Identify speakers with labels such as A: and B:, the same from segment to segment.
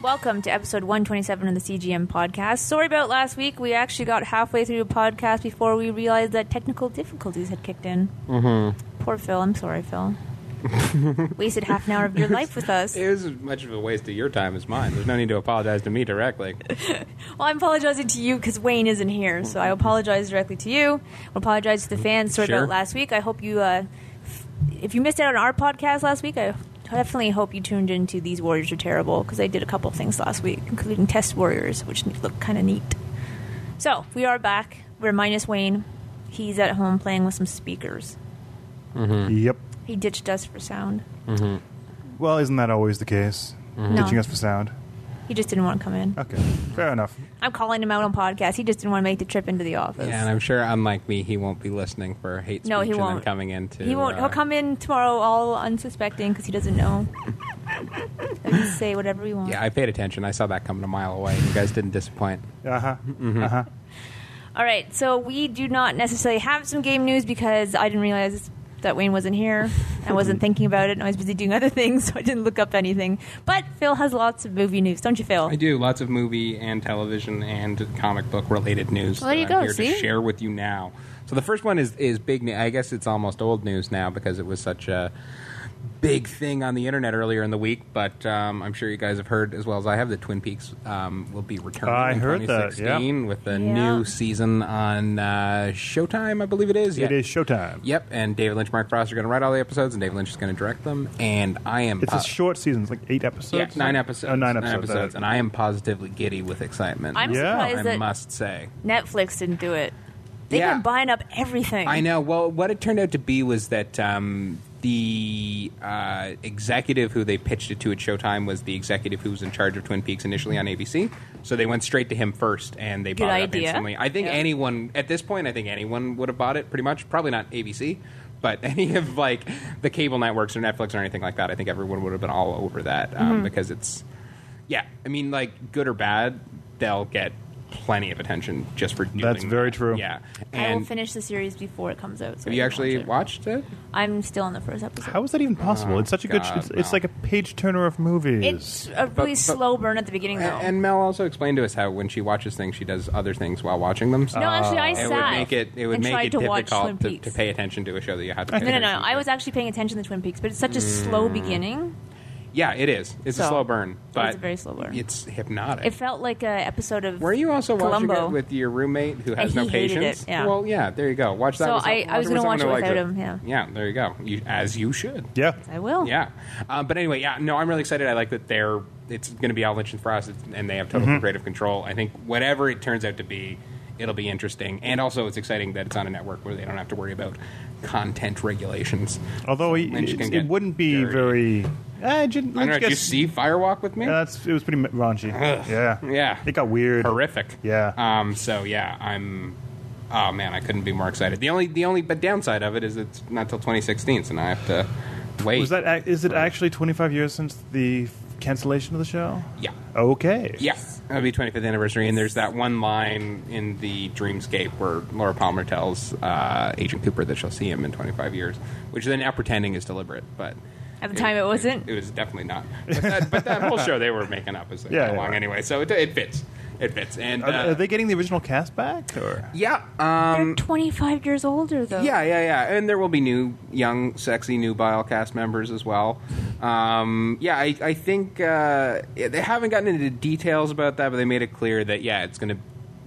A: Welcome to episode 127 of the CGM podcast. Sorry about last week. We actually got halfway through the podcast before we realized that technical difficulties had kicked in. Mm-hmm. Poor Phil. I'm sorry, Phil. Wasted half an hour of your life with us.
B: It was as much of a waste of your time as mine. There's no need to apologize to me directly.
A: Well, I'm apologizing to you because Wayne isn't here, so I apologize directly to you. I apologize to the fans. Sorry
B: Sure.
A: about last week. I hope you, uh, f- if you missed out on our podcast last week, I definitely hope you tuned into These Warriors Are Terrible because I did a couple of things last week, including Test Warriors, which looked kind of neat. So we are back. We're minus Wayne. He's at home playing with some speakers.
C: Yep.
A: He ditched us for sound.
C: Well, isn't that always the case?
A: Mm-hmm. No.
C: Ditching us for sound.
A: He just didn't want to come in.
C: Okay, fair enough.
A: I'm calling him out on podcast. He just didn't want to make the trip into the office.
B: Yeah, and I'm sure, unlike me, he won't be listening for hate speech
A: No, he
B: and
A: won't.
B: then coming in to.
A: He won't.
B: uh,
A: he'll come in tomorrow all unsuspecting because he doesn't know. and just say whatever we want.
B: Yeah, I paid attention. I saw that coming a mile away. You guys didn't disappoint.
C: Uh huh.
B: Mm-hmm.
C: Uh huh.
A: All right. So we do not necessarily have some game news because I didn't realize that Wayne wasn't here. I wasn't thinking about it. and I was busy doing other things, so I didn't look up anything. But Phil has lots of movie news, don't you, Phil?
B: I do lots of movie and television and comic book related news.
A: Well, there you
B: that
A: go,
B: I'm here
A: see?
B: to share with you now. So the first one is is big. ne- I guess it's almost old news now because it was such a big thing on the internet earlier in the week. But um, I'm sure you guys have heard as well as I have that Twin Peaks um, will be returning.
C: I
B: in
C: heard that,
B: 2016 with a
A: Yeah.
B: new season on uh, Showtime. I believe it is. Yeah.
C: It is showtime.
B: Yep, and David Lynch, Mark Frost are going to write all the episodes, and David Lynch is going to direct them. And I am
C: It's
B: po-
C: a short season. It's like eight episodes.
B: Uh, yeah, nine episodes.
C: Oh, nine episodes. that-
B: and I am positively giddy with excitement.
A: I'm
C: Yeah.
A: surprised
B: I
A: that
B: must say.
A: Netflix didn't do it. They've
B: Yeah.
A: been buying up everything.
B: I know. Well, what it turned out to be was that um, the uh, executive who they pitched it to at Showtime was the executive who was in charge of Twin Peaks initially on ABC. So they went straight to him first, and they
A: Good
B: bought it
A: idea.
B: up instantly. I think
A: Yeah.
B: anyone at this point, I think anyone would have bought it. Pretty much, probably not ABC. But any of like the cable networks or Netflix or anything like that, I think everyone would have been all over that um,
A: Mm-hmm.
B: because it's yeah. I mean, like good or bad, they'll get plenty of attention just for doing
C: That's very
B: that.
C: true.
B: Yeah,
A: I will
B: and
A: finish the series before it comes out. So
B: have
A: I
B: you
A: can
B: actually
A: watch it.
B: watched it?
A: I'm still on the first episode.
C: Uh, How is that even possible? it's such a good.
B: God,
C: It's, it's
B: no.
C: like a page turner of movies.
A: It's a really
B: But- but-
A: slow burn at the beginning, though.
B: And Mel also explained to us how when she watches things, she does other things while watching them. So
A: no, actually, I
B: it
A: sat.
B: would make it it would
A: and
B: make
A: tried
B: it
A: to watch Twin
B: difficult to,
A: Peaks.
B: to pay attention to a show that you have to.
C: I
B: Pay
A: No, no, no.
B: attention
A: I
B: to. Mm.
A: was actually paying attention to Twin Peaks, but it's such a slow beginning.
B: Yeah, it is. It's
A: So,
B: a slow burn, but
A: a very slow burn.
B: It's hypnotic.
A: It felt like an episode of.
B: Were you also
A: Columbo.
B: watching it with your roommate who
A: And
B: has no
A: he hated
B: patience?
A: it, yeah.
B: Well, yeah. There you go. Watch that.
A: So
B: with
A: I-
B: some-
A: I was
B: with
A: gonna
B: someone
A: watch it
B: who likes
A: without him, yeah.
B: Yeah. There you go. You, as you should.
C: yeah.
A: I will.
B: Yeah. Um, but anyway, yeah, no, I'm really excited. I like that they're it's going to be all Lynch and Frost, it's, and they have total
C: Mm-hmm.
B: creative control. I think whatever it turns out to be, it'll be interesting, and also it's exciting that it's on a network where they don't have to worry about content regulations.
C: Although he,
B: Lynch
C: it,
B: can
C: it
B: get
C: wouldn't be
B: dirty.
C: very. I didn't.
B: I don't know.
C: Lynch
B: Did you
C: gets-
B: see Firewalk with me?
C: Yeah, that's. It was pretty raunchy. Yeah.
B: Yeah.
C: It got weird.
B: horrific.
C: Yeah.
B: Um. So yeah, I'm. Oh man, I couldn't be more excited. The only the only but downside of it is it's not till 2016, so now I have to wait.
C: Was that? ac- Is it actually 25 years since the cancellation of the show?
B: Yeah.
C: Okay.
B: Yeah, it'll be 25th anniversary, and there's that one line in the Dreamscape where Laura Palmer tells uh, Agent Cooper that she'll see him in 25 years, which they're now pretending is deliberate, but
A: At the time, it wasn't.
B: It, was definitely not. But that, but that whole show they were making up as they
C: Yeah,
B: went
C: yeah.
B: along anyway, so it, it fits. It fits, and
C: Are,
B: uh,
C: are they getting the original cast back? Or
B: yeah, um,
A: They're 25 years older, though.
B: yeah, yeah, yeah. And there will be new, young, sexy, nubile cast members as well. Um, yeah, I, I think uh, they haven't gotten into details about that, but they made it clear that, yeah, it's going to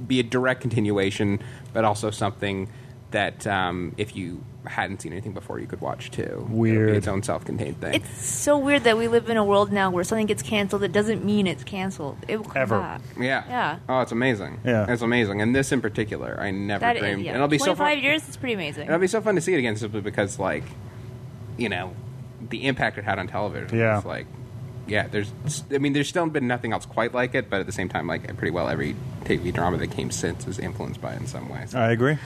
B: be a direct continuation, but also something that um, if you hadn't seen anything before, you could watch too. It'll be
C: Weird.
B: its own self contained thing.
A: It's so weird that we live in a world now where something gets canceled that doesn't mean it's canceled. It will come
C: Ever.
A: back.
B: yeah.
A: Yeah.
B: Oh, it's amazing.
C: Yeah.
B: It's amazing. And this in particular, I never
A: That is-
B: dreamed.
A: yeah.
B: And it'll be so
A: 25
B: fun.
A: years is pretty amazing.
B: It'll be so fun to see it again simply because, like, you know, the impact it had on television.
C: Yeah.
B: It's like, yeah, there's, I mean, there's still been nothing else quite like it, but at the same time, like, pretty well every TV drama that came since is influenced by it in some way. So
C: I agree.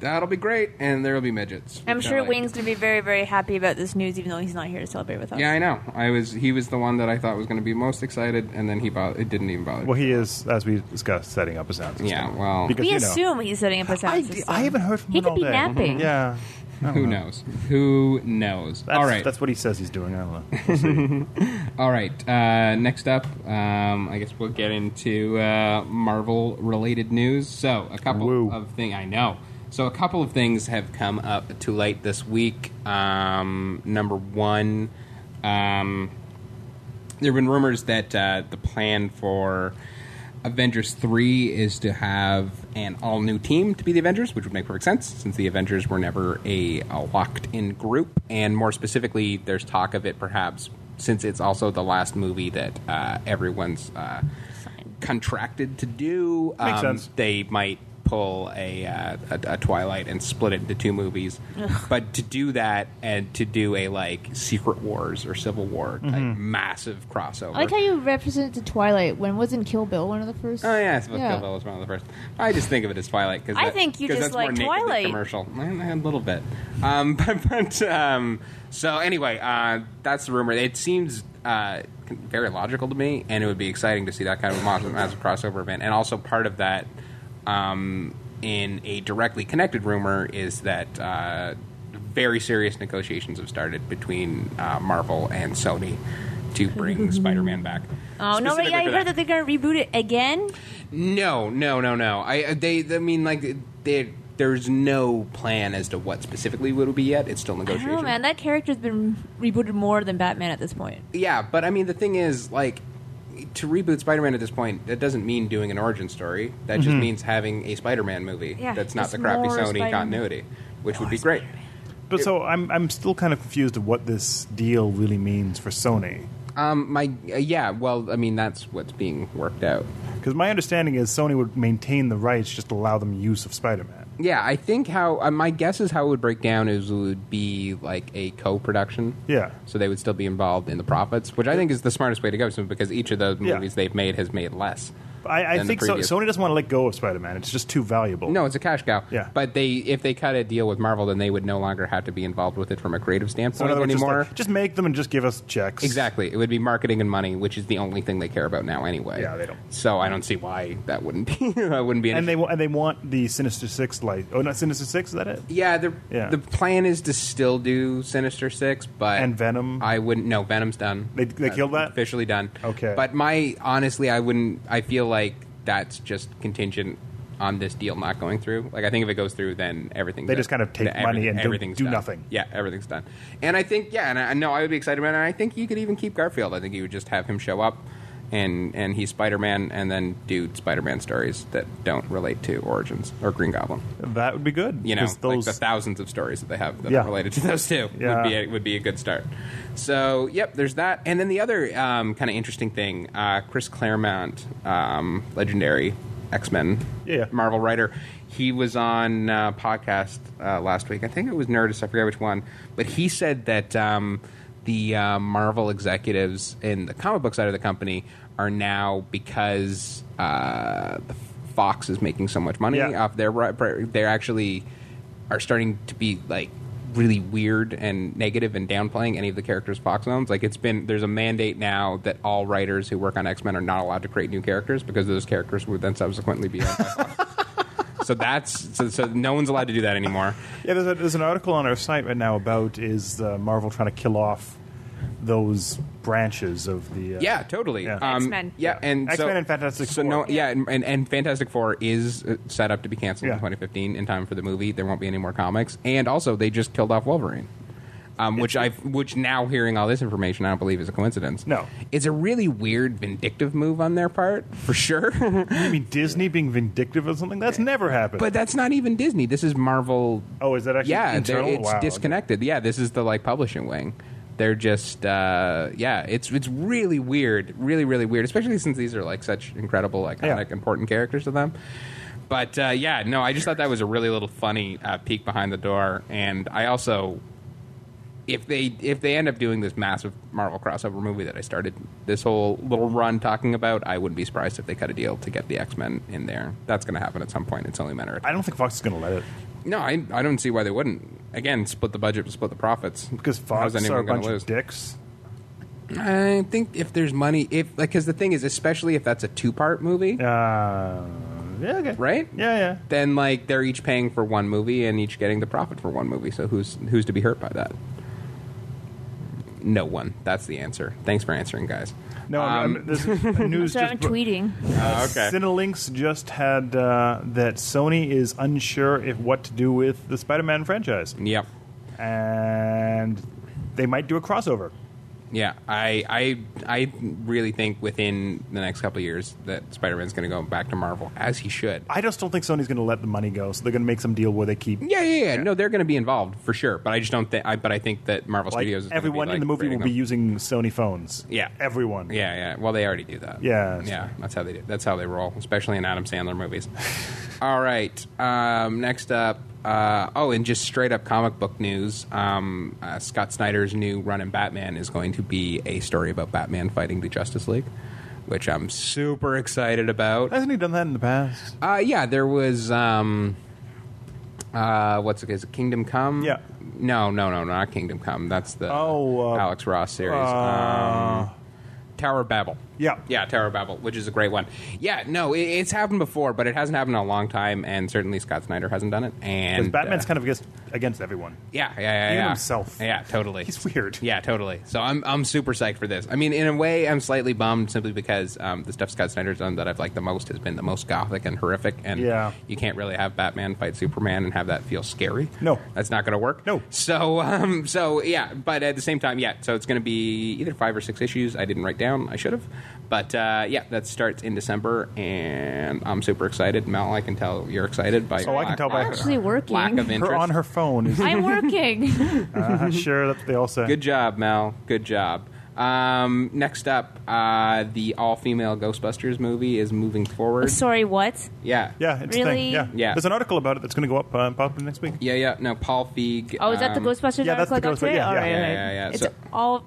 B: that'll be great, and there'll be midgets.
A: I'm
B: which I
A: sure
B: like.
A: Wayne's going to be very, very happy about this news, even though he's not here to celebrate with us.
B: Yeah, I know. I was, he was the one that I thought was going to be most excited, and then he bought, it didn't even bother.
C: Well, he is, as we discussed, setting up a sound system.
B: yeah, well,
C: Because-
A: we
C: you know.
A: assume he's setting up a sound
C: I,
A: system.
C: I haven't heard from
A: He
C: him
A: could
C: all
A: be
C: day.
A: napping.
C: Yeah,
B: Who knows? Who knows?
C: That's,
B: All right.
C: That's what he says he's doing. I don't know.
B: All right. Uh, next up, um, I guess we'll get into uh, Marvel-related news. So, a couple
C: Woo.
B: of things I know. So, a couple of things have come up to light this week. Um, number one, um, there have been rumors that uh, the plan for Avengers 3 is to have an all new team to be the Avengers, which would make perfect sense since the Avengers were never a, a locked in group. And more specifically, there's talk of it perhaps since it's also the last movie that uh, everyone's uh,
A: Fine.
B: contracted to do. um,
C: Makes sense.
B: They might pull a, uh, a a Twilight and split it into two movies, but to do that and to do a like Secret Wars or Civil War type massive crossover.
D: I like how you represent the Twilight when wasn't Kill Bill one of the first?
B: Oh yeah, I suppose Kill Bill was one of the first. I just think of it as Twilight because
A: I think you just
B: that's more
A: like
B: naked than
A: Twilight.
B: commercial Eh, a little bit. Um, but but um, so anyway, uh, that's the rumor. It seems uh, very logical to me, and it would be exciting to see that kind of a massive, massive crossover event. And also part of that, um, in a directly connected rumor, is that. Uh, very serious negotiations have started between uh, Marvel and Sony to bring Spider-Man back.
A: Oh no!
B: Specifically
A: Wait, I
B: for
A: heard that they're gonna reboot it again.
B: no, no, no, no. I uh, they. I mean, like they, there's no plan as to what specifically would it be yet. It's still
A: I don't
B: negotiation.
A: know, Oh, man. That character's been rebooted more than Batman at this point.
B: yeah, but I mean, the thing is, like, to reboot Spider-Man at this point, that doesn't mean doing an origin story. That just means having a Spider-Man movie
A: Yeah,
B: that's not
A: just
B: the crappy
A: more
B: Sony
A: Spider-Man.
B: continuity, which would be great.
C: But so I'm, I'm still kind of confused of what this deal really means for Sony.
B: Um, my uh, yeah. Well, I mean, that's what's being worked out.
C: Because my understanding is Sony would maintain the rights, just allow them use of Spider Man.
B: Yeah, I think how uh, my guess is how it would break down is it would be like a co-production.
C: Yeah.
B: so they would still be involved in the profits, which I think is the smartest way to go. so- Because each of those
C: Yeah.
B: movies they've made has made less.
C: I, I
B: Than the
C: think so,
B: previous.
C: Sony doesn't want to let go of Spider Man. It's just too valuable.
B: No, it's a cash cow.
C: Yeah.
B: But they, if they cut a deal with Marvel, then they would no longer have to be involved with it from a creative
C: So in
B: standpoint
C: other words, just,
B: anymore.
C: like, just make them and just give us checks.
B: exactly, it would be marketing and money, which is the only thing they care about now, anyway.
C: Yeah, they don't.
B: So I don't see why that wouldn't be. that wouldn't be. An
C: And
B: issue.
C: they wa- and they want the Sinister Six light. Oh, not Sinister Six. Is that it?
B: Yeah, the
C: Yeah.
B: the plan is to still do Sinister Six, but
C: And Venom?
B: I wouldn't. No, Venom's done.
C: They- they killed that?
B: officially done.
C: Okay.
B: but my honestly, I wouldn't. I feel like that's just contingent on this deal not going through. Like I think if it goes through, then everything
C: They just kind of take money and do- do nothing.
B: Yeah, everything's done. And I think yeah, and I no, I would be excited about it. And I think you could even keep Garfield. I think you would just have him show up. And, and he's Spider Man, and then do Spider Man stories that don't relate to Origins or Green Goblin
C: That would be good.
B: you know,
C: 'cause those
B: like the thousands of stories that they have that
C: Yeah.
B: are related to those two
C: Yeah.
B: would be a, would be a good start. So, yep, there's that. And then the other um, kind of interesting thing, uh, Chris Claremont, um, legendary X Men,
C: Yeah.
B: Marvel writer, he was on a podcast uh, last week. I think it was Nerdist. I forget which one, but he said that. Um, the uh, Marvel executives in the comic book side of the company are now because uh, the Fox is making so much money
C: Yeah.
B: off their ri- they're actually are starting to be like really weird and negative and downplaying any of the characters Fox owns. Like it's been there's a mandate now that all writers who work on X Men are not allowed to create new characters because those characters would then subsequently be owned by Fox. So that's so, so no one's allowed to do that anymore.
C: Yeah, there's, a, there's an article on our site right now about is uh, Marvel trying to kill off those branches of the. Uh,
B: Yeah, totally. Um,
C: Yeah.
A: X-Men.
B: Yeah, and
C: X-Men
B: so-
C: and Fantastic
B: so
C: Four.
B: No, yeah, and, and, and Fantastic Four is uh, set up to be canceled
C: Yeah.
B: in 2015 in time for the movie. There won't be any more comics, and also they just killed off Wolverine. Um, which I, which now hearing all this information, I don't believe is a coincidence.
C: No.
B: it's a really weird, vindictive move on their part, for sure.
C: I mean, Disney being vindictive or something that's never happened.
B: but that's not even Disney. This is Marvel.
C: oh, is that actually
B: yeah, they're-
C: internal?
B: it's
C: wow.
B: disconnected. Yeah, this is the like publishing wing. They're just uh, yeah, it's it's really weird, really really weird, especially since these are like such incredible, iconic,
C: Yeah.
B: important characters to them. But uh, yeah, no, I just thought that was a really little funny uh, peek behind the door, and I also if they if they end up doing this massive Marvel crossover movie that I started this whole little run talking about, I wouldn't be surprised if they cut a deal to get the X Men in there. That's going to happen at some point. It's only a matter of
C: I don't think Fox is going to let it
B: no, I, I don't see why they wouldn't. Again, split the budget, split the profits.
C: because Fox
B: How's anyone
C: are a
B: gonna
C: bunch
B: lose?
C: of dicks.
B: I think if there's money, if like, because the thing is, especially if that's a two part movie,
C: Uh, Yeah, okay.
B: right?
C: Yeah, yeah.
B: Then like they're each paying for one movie and each getting the profit for one movie. So who's who's to be hurt by that? No one. That's the answer. Thanks for answering, guys.
C: No,
B: Um,
C: I'm- I'm, there's news
A: So
C: just.
A: I'm
C: bro-
A: tweeting.
C: Cinelinks just had uh, that Sony is unsure if what to do with the Spider-Man franchise,
B: Yep.
C: and they might do a crossover.
B: Yeah. I I I really think within the next couple of years that Spider Man's going to go back to Marvel as he should.
C: I just don't think Sony's going to let the money go, so they're going to make some deal where they keep
B: Yeah, yeah, yeah. No, they're going to be involved for sure. But I just don't think. I, but I think that Marvel
C: like
B: Studios. Is gonna
C: everyone
B: be, like,
C: in the movie will
B: creating
C: be
B: them.
C: using Sony phones.
B: Yeah.
C: everyone.
B: Yeah, yeah. Well, they already do that.
C: Yeah.
B: yeah. That's how they do. That's how they roll, especially in Adam Sandler movies. All right. Um, next up. Uh, oh, and just straight up comic book news. Um, uh, Scott Snyder's new run in Batman is going to be a story about Batman fighting the Justice League, which I'm super excited about.
C: Hasn't he done that in the past?
B: Uh, yeah, there was. Um, uh, what's it? Is it Kingdom Come?
C: Yeah.
B: No, no, no, not Kingdom Come. That's the
C: Oh, uh,
B: Alex Ross series.
C: uh,
B: um, Tower of Babel.
C: Yeah.
B: yeah, Tower of Babel, which is a great one. Yeah, no, it, it's happened before, but it hasn't happened in a long time, and certainly Scott Snyder hasn't done it.
C: Because
B: And
C: Batman's
B: uh,
C: kind of against, against everyone.
B: yeah, yeah, yeah,
C: Even
B: yeah.
C: himself.
B: Yeah, totally.
C: He's weird.
B: Yeah, totally. So I'm I'm super psyched for this. I mean, in a way, I'm slightly bummed simply because um, the stuff Scott Snyder's done that I've liked the most has been the most gothic and horrific, and
C: Yeah.
B: you can't really have Batman fight Superman and have that feel scary.
C: No.
B: that's not going to work.
C: No.
B: So um, so yeah, but at the same time, yeah. So it's going to be either five or six issues. I didn't write down. I should have. But uh, yeah, that starts in December, and I'm super excited. Mel, I can tell you're excited by
C: Oh, I can tell by
A: I'm
C: her-
A: actually working.
B: lack of interest.
C: Her on her phone is
A: I'm working.
C: uh, sure. That's what they all say.
B: Good job, Mel. Good job. Um, next up, uh, the all-female Ghostbusters movie is moving forward.
A: Sorry, what?
B: Yeah,
C: Yeah, it's a
A: Really?
C: thing. Yeah.
B: Yeah.
C: There's an article about it that's going to go up uh, pop up next week.
B: yeah, yeah. No, Paul Feig.
A: Oh, is that
B: um,
A: the Ghostbusters
C: yeah, that's
A: article I got
C: the Ghostbusters-
A: today?
C: yeah,
A: All
C: yeah.
A: right,
C: Yeah,
A: all right.
B: yeah, yeah.
A: It's
B: So-
A: all.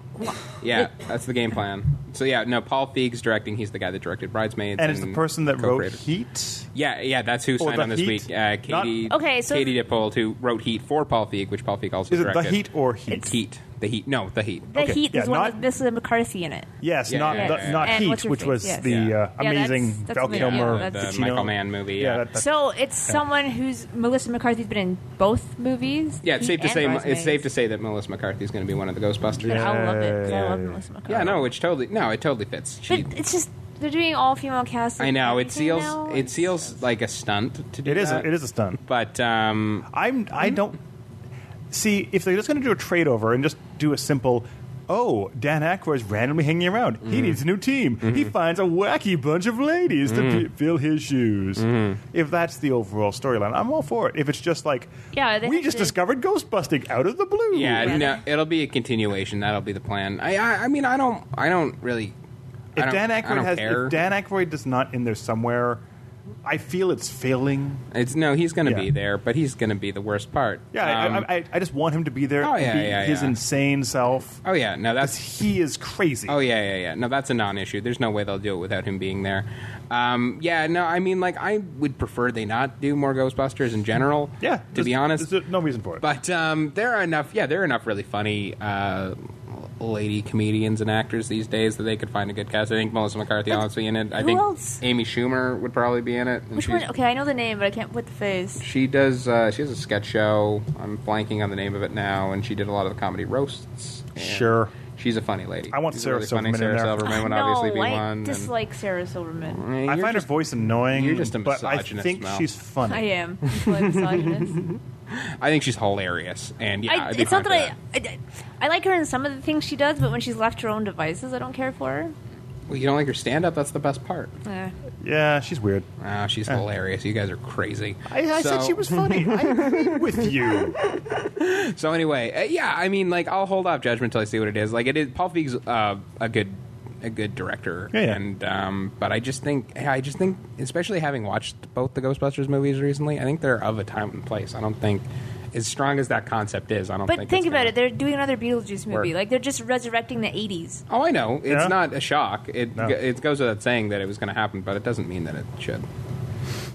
B: Yeah, that's the game plan. So yeah, no, Paul Feig's directing. He's the guy that directed Bridesmaids,
C: And it's the person that wrote
B: co-creator.
C: Heat.
B: Yeah, yeah, that's who signed
C: the
B: on this
C: Heat?
B: week. Uh,
C: Not-
B: Katie.
A: Okay, so-
B: Katie DePaul, who wrote Heat for Paul Feig, which Paul Feig also
C: Is it
B: directed.
C: the Heat or Heat?
B: Heat. The Heat. No, the Heat.
A: The
C: Okay,
A: Heat
C: yeah,
A: is one
C: not-
A: of this is McCarthy in it.
C: Yes,
B: Yeah,
C: not
B: yeah,
C: the-
B: yeah, yeah.
C: not
A: And what's
C: Heat,
A: your
C: which
A: face?
C: was
A: Yes.
C: the
B: Yeah.
C: uh,
A: Yeah, that's-
C: amazing
A: that's
C: Val
A: amazing.
C: Kilmer,
A: Yeah, that's-
B: The
C: Pacino.
B: Michael Mann movie, yeah.
C: that- that-
A: So it's someone who's Melissa McCarthy's been in both movies.
B: Yeah, it's
A: Heat
B: safe to
A: and
B: say it's
A: Bridesmaids.
B: safe to say that Melissa McCarthy is going to be one of the Ghostbusters.
A: But I love it. 'cause I love
C: Yeah.
A: Melissa McCarthy.
B: Yeah, no, which totally no, it totally fits. She,
A: Uh, But it's just they're doing all female casts.
B: I
A: and
B: know
A: everything
B: it seals
A: now.
B: it seals like a stunt to do
C: it is
B: that.
C: a, it is a stunt.
B: but um,
C: I'm I don't see if they're just going to do a trade over and just do a simple. Oh, Dan Aykroyd's randomly hanging around.
B: Hmm.
C: He needs a new team. He
B: Mm-hmm.
C: finds a wacky bunch of ladies to p- fill his shoes.
B: Mm-hmm.
C: If that's the overall storyline, I'm all for it. If it's just like,
A: Yeah, they
C: we
A: have
C: just
A: to-
C: discovered ghost busting out of the blue.
B: yeah,
A: Yeah.
B: no, it'll be a continuation. That'll be the plan. I, I, I mean, I don't, I don't really. I
C: If
B: don't-
C: Dan
B: I
C: Aykroyd
B: don't
C: has,
B: care.
C: if Dan Aykroyd is not in there somewhere, I feel it's failing.
B: it's no, he's going to
C: Yeah.
B: be there, but he's going to be the worst part.
C: Yeah, I-
B: Um,
C: I, I, I just want him to be there.
B: Oh,
C: and
B: yeah,
C: be
B: yeah,
C: his
B: yeah.
C: insane self.
B: oh yeah, no, that's
C: 'Cause he is crazy.
B: Oh yeah, yeah, yeah. No, that's a non-issue. There's no way they'll do it without him being there. Um, yeah, no. I mean, like, I would prefer they not do more Ghostbusters in general.
C: Yeah,
B: to be
C: there's-
B: honest,
C: there's no reason for it.
B: But um, there are enough. Yeah, there are enough really funny uh, lady comedians and actors these days that they could find a good cast. I think Melissa McCarthy honestly in it. I
A: who
B: think
A: else?
B: Amy Schumer would probably be in it. and
A: Which
B: she's-
A: one? Okay, I know the name, but I can't put the face.
B: She does. Uh, she has a sketch show. I'm blanking on the name of it now, and she did a lot of the comedy roasts. and
C: Sure.
B: She's a funny lady.
C: I want
B: She's
C: Sarah
B: really funny.
C: Silverman in
B: Sarah
C: there.
B: Silverman would
A: no,
B: obviously be
A: I
B: one. and- Mm.
A: dislike Sarah Silverman.
B: Hey,
C: I
B: you're
C: find
B: just-
C: her voice annoying.
B: you're just a
C: but I
B: misogynist,
C: think
B: Mel.
C: she's funny.
A: I am. Like misogynist.
B: I think she's hilarious, and yeah,
A: I,
B: I'd be
A: it's not
B: fine
A: that
B: for
A: I, I. I like her in some of the things she does, but when she's left to her own devices, I don't care for her.
B: Well, you don't like her stand up? That's the best part.
A: Eh.
C: Yeah, she's weird.
B: Ah, she's hilarious. You guys are crazy.
C: Eh. I, I said
B: So-
C: she was funny. I agree with you.
B: So anyway, uh, yeah, I mean, like, I'll hold off judgment till I see what it is. Like, it is Paul Feig's uh, a good, a good director,
C: Yeah, yeah.
B: and um, but I just think, I just think, especially having watched both the Ghostbusters movies recently, I think they're of a time and place. I don't think, as strong as that concept is, I don't.
A: But
B: think,
A: think,
B: it's
A: about
B: gonna-
A: it. They're doing another Beetlejuice movie.
B: Work.
A: Like they're just resurrecting the '80s.
B: Oh, I know. It's
C: Yeah.
B: not a shock. It
C: No.
B: it goes without saying that it was going to happen, but it doesn't mean that it should.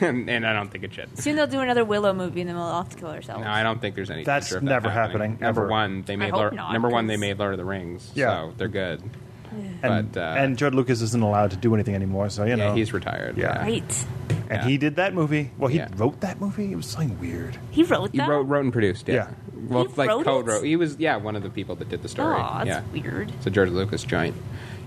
B: and, and I don't think it should.
A: Soon they'll do another Willow movie, and then we'll all have to kill ourselves.
B: No, I don't think there's any.
C: That's
B: future of that
C: never happening,
B: Number
C: ever.
B: one, they made
A: hope
B: Lord,
A: not,
B: number one they
A: 'cause-
B: made Lord of the Rings.
C: Yeah.
B: so they're good.
C: And,
B: But, uh,
C: and George Lucas isn't allowed to do anything anymore, so you
B: yeah,
C: know
B: he's retired.
C: Yeah.
A: Right.
C: and
B: Yeah.
C: he did that movie. Well, he
B: Yeah.
C: wrote that movie. It was something weird.
A: He wrote
B: He
A: that.
B: wrote, wrote and produced. Yeah,
C: Yeah.
B: well,
A: He
B: like
A: wrote
B: co
A: it?
B: wrote. He was yeah one of the people that did the story.
A: Aw,
B: yeah,
A: that's weird.
B: it's a George Lucas giant.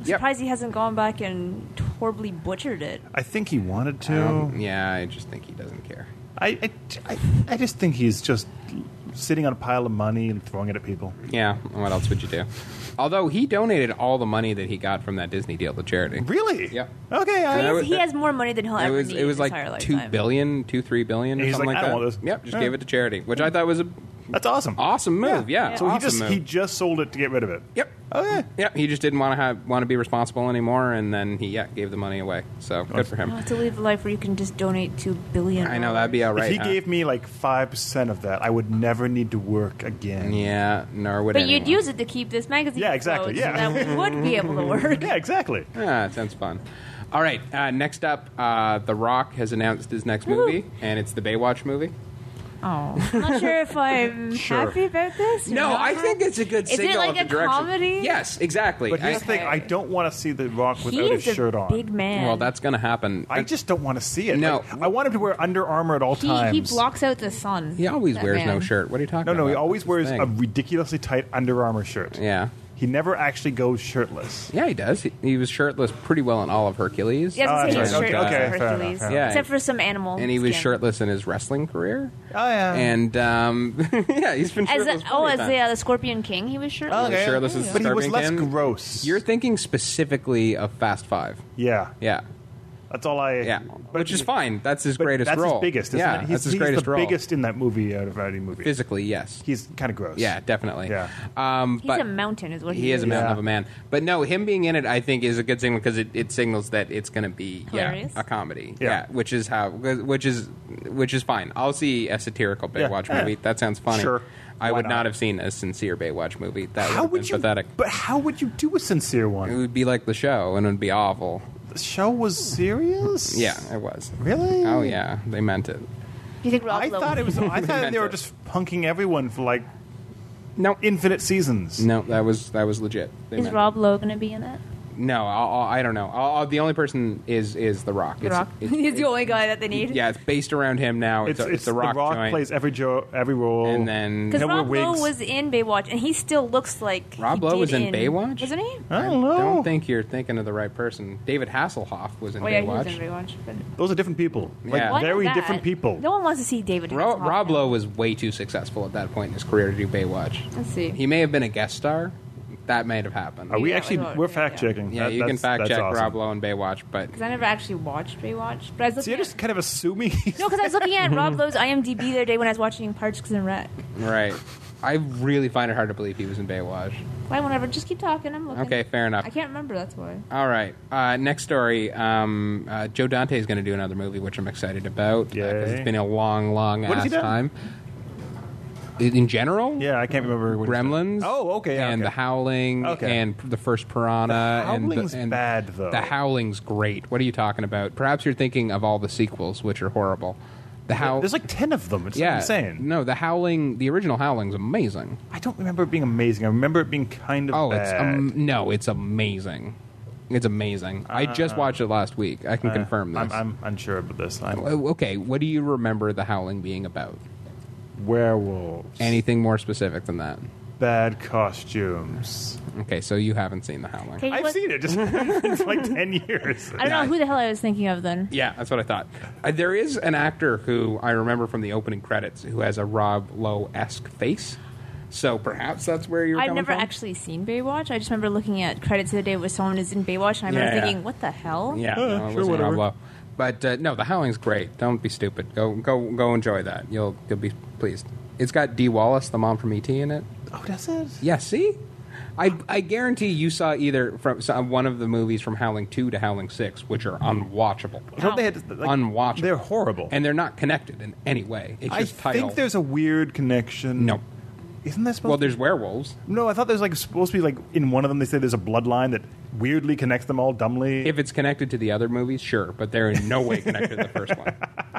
A: I'm
B: Yep.
A: surprised he hasn't gone back and horribly butchered it.
C: I think he wanted to.
B: Um, yeah, I just think he doesn't care.
C: I, I, I, I just think he's just sitting on a pile of money and throwing it at people.
B: Yeah, what else would you do? Although he donated all the money that he got from that Disney deal to charity.
C: Really?
B: Yeah.
C: Okay.
A: He
C: I,
B: Yeah,
A: has,
B: was-
A: he has more money than he'll
B: It
A: ever
B: was
A: need
B: it was
A: in his entire
B: like two
A: lifetime.
B: billion, two three billion, or
C: He's
B: something
C: like,
B: like,
C: "I
B: that.
C: don't want this.
B: Yep, just
C: Yeah.
B: gave it to charity, which I thought was a
C: that's awesome.
B: awesome move. Yeah,
C: So he
B: awesome
C: just
B: move.
C: he just sold it to get rid of it.
B: Yep.
C: Okay.
B: Yep, he just didn't want to have want to be responsible anymore, and then he yeah gave the money away. So good for
A: Oh,
B: him.
A: to live a life where you can just donate two billion.
B: I know that'd be all
C: If
B: right.
C: he
B: huh?
C: gave me like five percent of that, I would never need to work again.
B: yeah, nor would.
A: But
B: anyone.
A: you'd use it to keep this magazine.
C: Yeah, exactly,
A: afloat,
C: yeah.
A: so that we would be able to work.
C: Yeah, exactly.
B: Ah, it sounds fun. All right. Uh, next up, uh, The Rock has announced his next movie, and it's the Baywatch movie.
A: Oh, I'm not sure if I'm
C: Sure.
A: happy about this. or
B: No,
A: not.
B: I think it's a good
A: Is it
B: signal
A: like
B: of the
A: a
B: direction.
A: comedy?
B: Yes, exactly.
C: But here's
B: I-
C: the thing: I don't want to see The Rock without his
A: he's a
C: shirt on.
A: big man.
B: well, that's going to happen.
C: I just don't want to see it.
B: No.
C: Like, I want him to wear Under Armour at all
D: He,
C: times.
D: he blocks out the sun.
B: he always
D: that
B: wears no
D: man.
B: shirt. What are you talking
C: no,
B: about?
C: no, he always
B: That's his
C: wears
B: thing.
C: a ridiculously tight Under Armour shirt.
B: yeah.
C: He never actually goes shirtless.
B: Yeah, he does. He, he was shirtless pretty well in all of Hercules. Uh,
A: Yes,
C: Oh,
A: it's
C: that's
A: his
C: right.
A: shirt
C: Okay,
A: okay,
C: okay, fair
A: Hercules,
C: enough,
B: yeah. Yeah.
A: except for some animal.
B: and he was
A: skin.
B: shirtless in his wrestling career.
C: Oh yeah.
B: And um, yeah, he's been
A: As
B: shirtless.
A: a, oh, as
B: plenty of
A: the,
B: times.
A: uh, the Scorpion King, he was shirtless.
C: Okay.
B: shirtless as
C: but he was
B: Scorpion
C: less
B: King.
C: gross.
B: You're thinking specifically of Fast Five.
C: yeah.
B: Yeah.
C: That's all I.
B: Yeah, which is fine. That's his
C: but
B: greatest
C: that's
B: role.
C: His biggest. Isn't
B: yeah,
C: it? He's,
B: that's his
C: he's
B: greatest
C: the
B: role.
C: biggest in that movie out of any movie.
B: Physically, yes.
C: He's kind of gross.
B: yeah, definitely.
C: Yeah.
B: Um,
A: He's
B: but
A: a mountain, is what he,
B: he is a mountain
C: Yeah.
B: of a man. But no, him being in it, I think, is a good signal because it, it signals that it's going to be yeah,
A: Hilarious.
B: a comedy.
C: Yeah.
B: which is how, which is, which is fine. I'll see a satirical
C: Yeah.
B: Baywatch
C: Yeah.
B: movie. That sounds funny.
C: Sure.
B: I
C: Why
B: would
C: not?
B: not have seen a sincere Baywatch movie. That would have
C: How
B: been
C: would you?
B: pathetic.
C: But how would you do a sincere
B: It
C: one?
B: would be like the show, and it would be awful.
C: The show was serious.
B: Yeah, it was.
C: Really?
B: Oh yeah, they meant it.
A: You think Rob
C: I
A: Lowe-
C: thought it was. I thought they were
B: it.
C: just punking everyone for like
B: No,
C: infinite seasons.
B: no, that was that was legit. They
A: is
B: meant it.
A: Rob Lowe going to be in that?
B: No, I'll, I'll, I don't know. I'll, I'll, the only person is is the Rock.
A: The Rock.
B: it's-
A: He's the only guy that they need.
B: yeah, it's based around him now. It's,
C: It's,
B: a- it's, the Rock. joint.
C: plays every jo- every role,
B: and then
A: Because
C: No, we're
A: Rob Lowe
C: wigs.
A: was in Baywatch, and he still looks like
B: Rob
A: he
B: Lowe
A: did
B: was in
A: in
B: Baywatch?
A: wasn't he?
C: I
B: I
C: don't know.
B: don't think you're thinking of the right person. David Hasselhoff was in
A: Oh yeah, he was
B: Baywatch.
A: in Baywatch. but-
C: those are different people.
B: Yeah.
A: Why
C: Like
A: not
C: very
A: that?
C: different people.
A: No one wants to see David.
B: Ro-
A: Hasselhoff
B: Rob
A: now.
B: Lowe was way too successful at that point in his career to do Baywatch.
A: Let's see.
B: He may have been a guest star. That might have happened.
C: Are we
A: Yeah,
C: actually?
A: we are,
C: We're
A: yeah,
C: fact checking.
B: yeah, you can fact check Rob Lowe and Baywatch, but
A: Because I never actually watched Baywatch, but I was
C: So
A: looking.
C: you're just kind of assuming.
A: at, no, because I was looking at Rob Lowe's IMDb the other day when I was watching Parks and Rec.
B: right. I really find it hard to believe he was in Baywatch.
A: Why won't ever just keep talking? I'm looking.
B: Okay, fair enough.
A: I can't remember. That's why.
B: All right. Uh, next story. Um, uh, Joe Dante is going to do another movie, which I'm excited about. uh,
C: Yay.
B: it's been a long, long
C: What has
B: ass
C: he done?
B: time. In in general,
C: yeah, I can't remember. What he said.
B: Gremlins.
C: Oh, okay. yeah,
B: And
C: okay.
B: The Howling.
C: Okay.
B: And the first Piranha.
C: The
B: and
C: Howling's
B: the, and
C: bad, though.
B: The Howling's great. What are you talking about? Perhaps you're thinking of all the sequels, which are horrible. The Howl.
C: There's like ten of them. It's
B: yeah,
C: insane.
B: No, the Howling. The original Howling's amazing.
C: I don't remember it being amazing. I remember it being kind of
B: Oh,
C: bad.
B: it's um, no, it's amazing. It's amazing. I just watched it last week. I can
C: Uh,
B: confirm this.
C: I'm, I'm unsure about this. I'm
B: Oh, Okay, what do you remember the howling being about?
C: werewolves.
B: Anything more specific than that?
C: bad costumes.
B: Okay, so you haven't seen the howling.
A: Okay,
C: I've
A: what-
C: seen it just it's like ten years.
A: I don't know who the hell I was thinking of then.
B: Yeah, that's what I thought. Uh, there is an actor who I remember from the opening credits who has a Rob Lowe esque face. So perhaps that's where you're.
A: I've
B: coming
A: never
B: from?
A: actually seen Baywatch. I just remember looking at credits the other day where someone is in Baywatch, and I remember
B: Yeah, yeah.
A: thinking, "What the hell?"
B: Yeah,
C: Uh,
B: no, it
C: sure,
B: wasn't Rob
C: whatever.
B: Lowe. But uh, no, the howling's great. Don't be stupid. Go, go, go. Enjoy that. You'll, you'll be pleased. It's got Dee Wallace, the mom from ET, in it.
C: Oh, does it?
B: Yeah, see? I, I guarantee you saw either from saw one of the movies from Howling 2 to Howling 6, which are unwatchable.
C: Don't they have, like,
B: unwatchable.
C: They're horrible.
B: And they're not connected in any way. It's
C: I
B: just title.
C: think there's a weird connection.
B: No.
C: Isn't there supposed
B: Well, there's werewolves.
C: No, I thought there's like supposed to be like in one of them they say there's a bloodline that weirdly connects them all dumbly.
B: If it's connected to the other movies, sure, but they're in no way connected to the first one.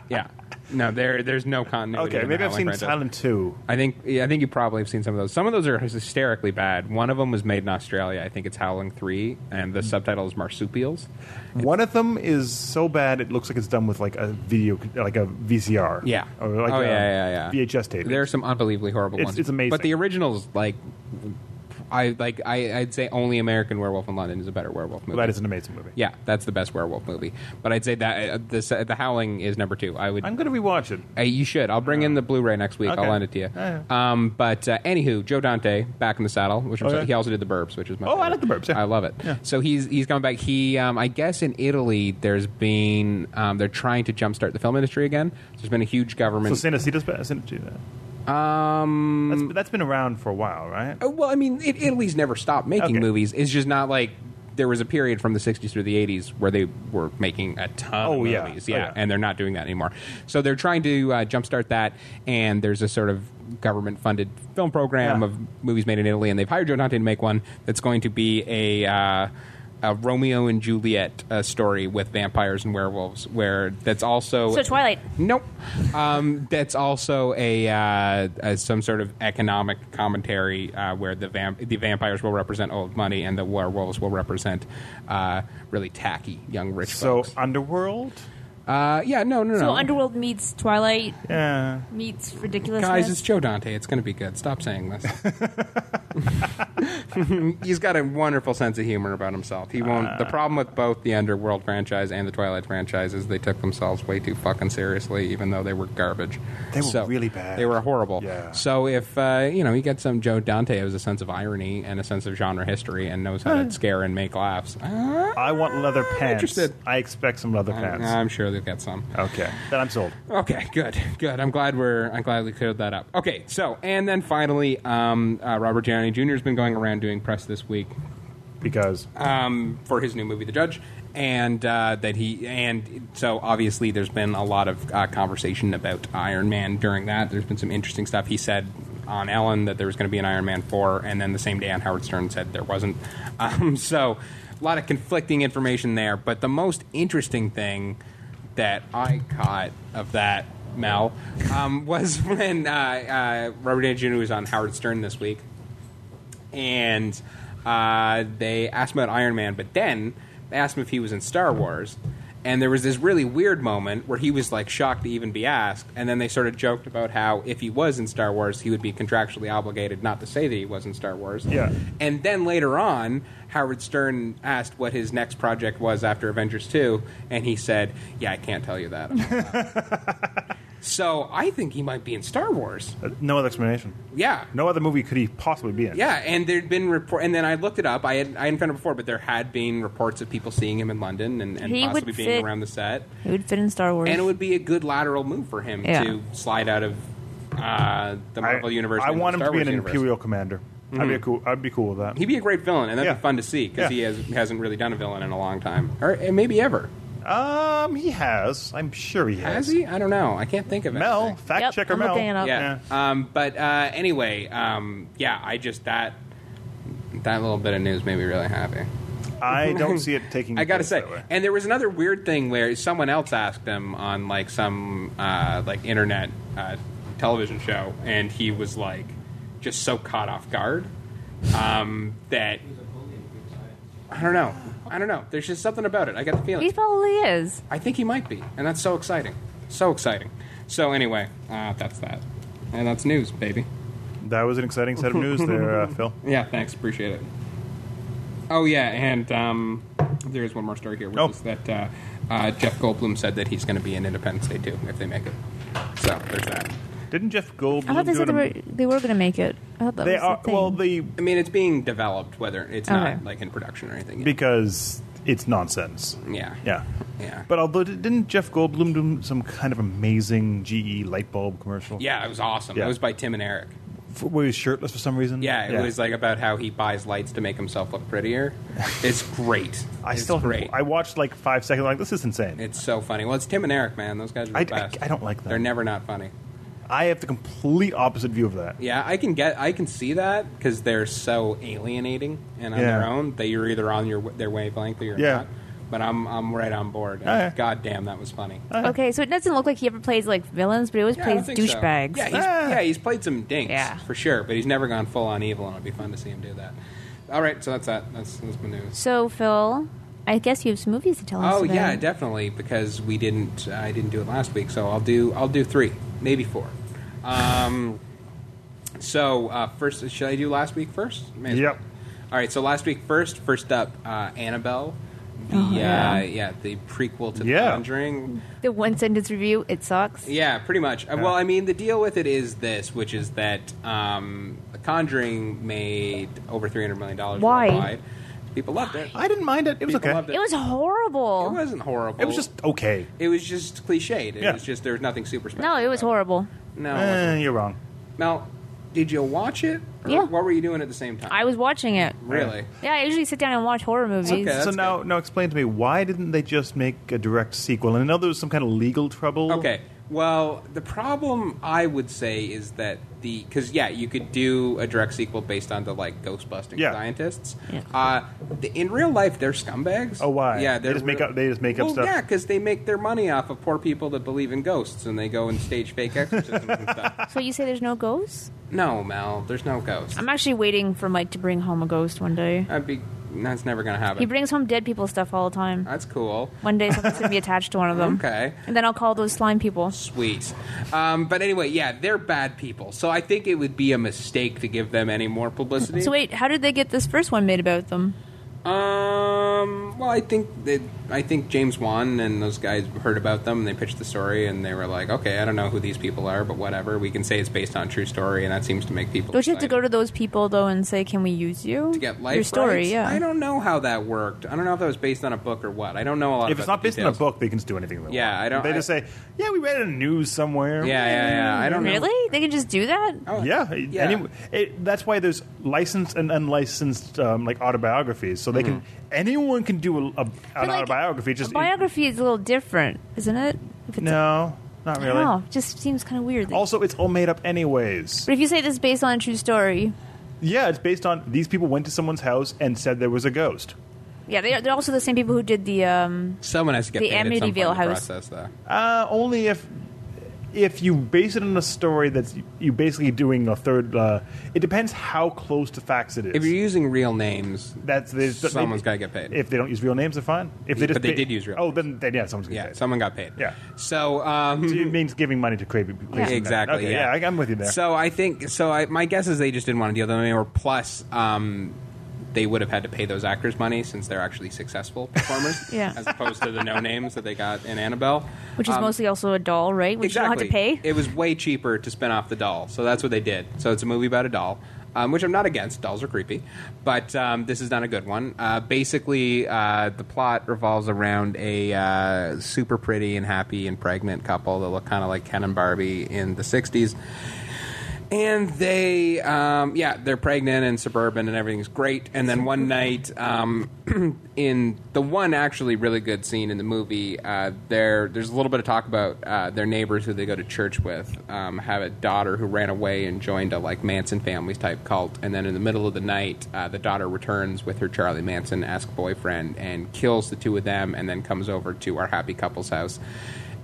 B: Yeah. No, there there's no continuity. in
C: Okay,
B: the
C: maybe I've seen
B: Howling franchise.
C: Silent Two.
B: I think yeah, I think you probably have seen some of those. Some of those are hysterically bad. One of them was made in Australia. I think it's Howling Three, and the subtitle is Marsupials.
C: One of them is so bad it looks like it's done with like a video, like a VCR.
B: Yeah.
C: Or like uh,
B: oh
C: a
B: yeah, yeah, yeah.
C: VHS tape.
B: There are some unbelievably horrible
C: It's-
B: ones.
C: it's amazing.
B: But the originals, like, I like. I, I'd say only American Werewolf in London is a better werewolf movie.
C: that is an amazing movie.
B: Yeah, that's the best werewolf movie. But I'd say that uh, the se- the Howling is number two. I would.
C: I'm going to rewatch it.
B: Uh, you should. I'll bring in the Blu-ray next week.
C: Okay.
B: I'll lend it to you.
C: Yeah,
B: Um, but uh, anywho, Joe Dante back in the saddle, which was,
C: Okay.
B: he also did the Burbs, which is my
C: Oh,
B: favorite.
C: I like The Burbs, yeah.
B: I love it. So he's he's coming back. He, um, I guess, in Italy, there's been um, they're trying to jumpstart the film industry again. There's been a huge
C: So
B: government.
C: Santa Cita's best. Santa Cita. Um, that's, that's been around for a while, right?
B: Uh, well, I mean, it, Italy's never stopped making
C: Okay.
B: movies. It's just not like there was a period from the 60s through the 80s where they were making a ton
C: Oh,
B: of
C: yeah.
B: movies.
C: Oh,
B: Yeah.
C: yeah.
B: And they're not doing that anymore. So they're trying to uh, jumpstart that. And there's a sort of government funded film program
C: Yeah.
B: of movies made in Italy. And they've hired Joe Dante to make one that's going to be a. Uh, a Romeo and Juliet uh, story with vampires and werewolves, where that's also
A: So Twilight.
B: Nope. Um, that's also a, uh, uh some sort of economic commentary uh, where the vamp- the vampires will represent old money and the werewolves will represent uh, really tacky young rich
C: So
B: folks.
C: Underworld.
B: Uh, yeah, no, no, no.
A: So Underworld meets Twilight
C: Yeah.
A: meets ridiculousness.
B: Guys, it's Joe Dante. It's going to be good. Stop saying this. He's got a wonderful sense of humor about himself. He won't.
C: Uh.
B: the problem with both the Underworld franchise and the Twilight franchise is they took themselves way too fucking seriously, even though they were garbage.
C: They were really bad.
B: They were horrible.
C: Yeah.
B: So if uh, you know, you get some Joe Dante who has a sense of irony and a sense of genre history and knows how to scare and make laughs. Uh,
C: I want leather pants.
B: interested.
C: I expect some leather pants.
B: I'm sure they've got some.
C: okay, then I'm sold.
B: Okay, good, good. I'm glad we're I'm glad we cleared that up. Okay, so and then finally, um, uh, Robert Downey Jr. has been going around doing press this week
C: Because
B: um, for his new movie, The Judge, and uh, that he and so obviously there's been a lot of uh, conversation about Iron Man during that. There's been some interesting stuff. He said on Ellen that there was going to be an Iron Man four, and then the same day on Howard Stern said there wasn't. Um, so a lot of conflicting information there. But the most interesting thing that I caught of that. Mel um, was when uh, uh, Robert Downey Jr. was on Howard Stern this week, and uh, they asked him about Iron Man, but then they asked him if he was in Star Wars. And there was this really weird moment where he was like shocked to even be asked, and then they sort of joked about how if he was in Star Wars, he would be contractually obligated not to say that he was in Star Wars.
C: Yeah.
B: And then later on, Howard Stern asked what his next project was after Avengers Two, and he said, "Yeah, I can't tell you that." so I think he might be in Star Wars.
C: uh, no other explanation.
B: Yeah.
C: No other movie could he possibly be in.
B: Yeah, and there'd been report, and then I looked it up. I had I hadn't found it before, but there had been reports of people seeing him in London and, and
A: He would
B: possibly being
A: fit-
B: around the set,
A: it would fit in Star Wars.
B: and it would be a good lateral move for him
A: Yeah.
B: to slide out of uh, the
C: I,
B: Marvel universe.
C: I
B: into
C: want
B: the
C: him
B: Star
C: to be
B: Wars
C: an
B: universe. Hmm.
C: Imperial commander. I'd be cool. I'd be cool with that.
B: He'd be a great villain, and that'd
C: Yeah.
B: be fun to see because
C: Yeah.
B: he has, hasn't really done a villain in a long time, or and maybe ever.
C: um, he has. I'm sure he has.
B: Has he? I don't know. I can't think of it.
C: Mel, fact
A: Yep,
C: checker
A: I'm
C: Mel.
A: looking it up.
B: Yeah. Um, but uh, anyway, um, yeah, I just that that little bit of news made me really happy.
C: I don't see it taking.
B: I gotta
C: place
B: say,
C: that way.
B: and there was another weird thing where someone else asked him on like some uh, like internet uh, television show, and he was like just so caught off guard um, that I don't know. I don't know. There's just something about it. I got the feeling.
A: he probably is.
B: I think he might be, and that's so exciting. So exciting. So anyway, uh, that's that, and that's news, baby.
C: that was an exciting set of news there, uh, Phil.
B: Yeah, thanks. Appreciate it. Oh yeah, and um, there is one more story here, which
C: Oh.
B: is that uh, uh, Jeff Goldblum said that he's going to be in Independence Day too if they make it. So there's that.
C: Didn't Jeff
A: I
C: Goldblum
A: thought they
C: do
A: said they were,
C: it?
A: they were going to make it. I thought that
C: They
A: was
C: are
A: the thing.
C: well, the
B: I mean, it's being developed, whether it's
A: Okay.
B: not like in production or anything. yet.
C: because it's nonsense.
B: yeah,
C: Yeah.
B: yeah,
C: But although didn't Jeff Goldblum do some kind of amazing GE light bulb commercial?
B: yeah, it was awesome.
C: Yeah.
B: It was by Tim and Eric.
C: F- where he was shirtless for some reason.
B: Yeah, it was like about how he buys lights to make himself look prettier. It's great.
C: I
B: It's
C: still
B: great.
C: I watched like five seconds. Like this is insane.
B: it's so funny. Well, it's Tim and Eric, man. Those guys are the
C: I- I-
B: best.
C: I don't like them.
B: They're never not funny.
C: I have the complete opposite view of that.
B: Yeah, I can get, I can see that because they're so alienating and on
C: Yeah.
B: their own that you're either on your their wavelength or you're
C: Yeah.
B: not. but I'm I'm right on board. And
C: Oh, yeah. Oh.
B: God damn, that was funny.
A: Okay, so it doesn't look like he ever plays like villains, but he always
B: Yeah, I
A: plays
B: don't think so.
A: douchebags.
B: Yeah, he's,
C: Ah.
B: yeah, he's played some dinks
A: Yeah.
B: for sure, but he's never gone full on evil, and it'd be fun to see him do that. All right, so that's that. That's, that's my news.
A: So Phil, I guess you have some movies to tell us.
B: Oh
A: about.
B: yeah, definitely because we didn't. I didn't do it last week, so I'll do. I'll do three, maybe four. Um, so uh, first, should I do last week first? May as well.
C: Yep.
B: All right. So last week first. First up, uh, Annabelle. The
A: Oh, yeah.
B: Uh, yeah, the prequel to
C: Yeah.
B: The Conjuring.
A: The one sentence review. It sucks.
B: Yeah, pretty much. Uh, Well, I mean, the deal with it is this, which is that um, The Conjuring made over three hundred million dollars
A: Why?
B: worldwide. People loved it.
C: I didn't mind it. It was
B: People
C: okay.
B: loved
A: It was horrible.
B: It wasn't horrible.
C: It was just okay.
B: It was just cliched. It
C: Yeah.
B: was just there was nothing super special.
A: no, it was
B: about
A: horrible.
B: No, it
C: Eh,
B: wasn't.
C: you're wrong.
B: Mel, did you watch it? Or
A: Yeah.
B: What were you doing at the same time?
A: I was watching it.
B: really.
A: Yeah, I usually sit down and watch horror movies.
B: Okay, that's
C: so now,
B: good.
C: now explain to me why didn't they just make a direct sequel? And I know there was some kind of legal trouble.
B: Okay. Well, the problem I would say is that the because yeah, you could do a direct sequel based on the like ghost busting
C: Yeah.
B: scientists.
A: Yeah.
B: Uh, the, in real life, they're scumbags.
C: Oh, why?
B: Yeah,
C: They
B: they're
C: just make
B: real-
C: up- they just make up
B: Well,
C: stuff?
B: Yeah, because they make their money off of poor people that believe in ghosts, and they go and stage fake exorcisms and stuff.
A: So you say there's no ghosts?
B: No, Mel, there's no ghosts.
A: I'm actually waiting for Mike to bring home a ghost one day.
B: That'd be that's never gonna happen.
A: He brings home dead people stuff all the time.
B: That's cool.
A: One day something's gonna be attached to one of them.
B: Okay.
A: And then I'll call those slime people.
B: Sweet. Um, but anyway, yeah, they're bad people. So I think it would be a mistake to give them any more publicity.
A: So wait, how did they get this first one made about them?
B: Um. Well, I think that I think James Wan and those guys heard about them and they pitched the story and they were like, okay, I don't know who these people are, but whatever. We can say it's based on a true story, and that seems to make people.
A: Don't you have to go
B: excited.
A: to those people though and say, "Can we use you?"
B: To get life
A: Your story,
B: rights?
A: yeah.
B: I don't know how that worked. I don't know if that was based on a book or what. I don't know a lot.
C: If it's
B: about
C: not
B: the
C: based on a
B: details.
C: book, they can just do anything they want.
B: Yeah, I don't-
C: They just
B: I-
C: say, "Yeah, we read it in the news somewhere."
B: Yeah, yeah, yeah. I don't know.
A: really? They can just do that?
B: Oh,
C: Yeah,
B: yeah.
C: any- it, that's why there's licensed and unlicensed um, like autobiographies, so they
B: Hmm.
C: can anyone can do a, a, an
A: But, like,
C: autobiography. Just
A: a biography is a little different, isn't it? If it's
C: no, not
A: I
C: really.
A: don't know, it just seems kind of weird.
C: Also, it's all made up anyways.
A: but if you say this is based on a true story,
C: Yeah, it's based on these people went to someone's house and said there was a ghost.
A: yeah, they, they're also the same people who did the. Um,
B: Someone has to get
A: The
B: paid at some point in
A: Amityville
B: the
A: house.
B: process, though.
C: Uh, only if if you base it on a story that's you basically doing a third. Uh, it depends how close to facts it is.
B: If you're using real names,
C: that's they,
B: someone's
C: they-
B: gotta get paid.
C: If they don't use real names, they're fine. If they
B: But
C: just
B: they
C: ba-
B: did use real
C: Oh, then, then yeah, someone's gonna
B: yeah,
C: get paid.
B: someone got paid.
C: Yeah.
B: So, um,
C: So it means giving money to crazy people.
A: Yeah.
B: Exactly.
C: Okay,
B: yeah.
C: I, I'm with you there.
B: So I think so. I, my guess is they just didn't want to deal with them anymore. Plus, um, they would have had to pay those actors money since they're actually successful performers,
A: Yeah.
B: as opposed to the no names that they got in Annabelle.
A: which is
B: Um,
A: mostly also a doll, right? Which
B: exactly.
A: you don't have to pay.
B: It was way cheaper to spin off the doll, so that's what they did. So it's a movie about a doll. Um, which I'm not against. Dolls are creepy, but um, this is not a good one. Uh, basically, uh, the plot revolves around a uh, super pretty and happy and pregnant couple that look kind of like Ken and Barbie in the '60s, and they um, yeah they're pregnant and suburban and everything's great and then one night um, in the one actually really good scene in the movie uh, there there's a little bit of talk about uh, their neighbors who they go to church with um, have a daughter who ran away and joined a like manson families type cult and then in the middle of the night uh, the daughter returns with her charlie manson-esque boyfriend and kills the two of them and then comes over to our happy couple's house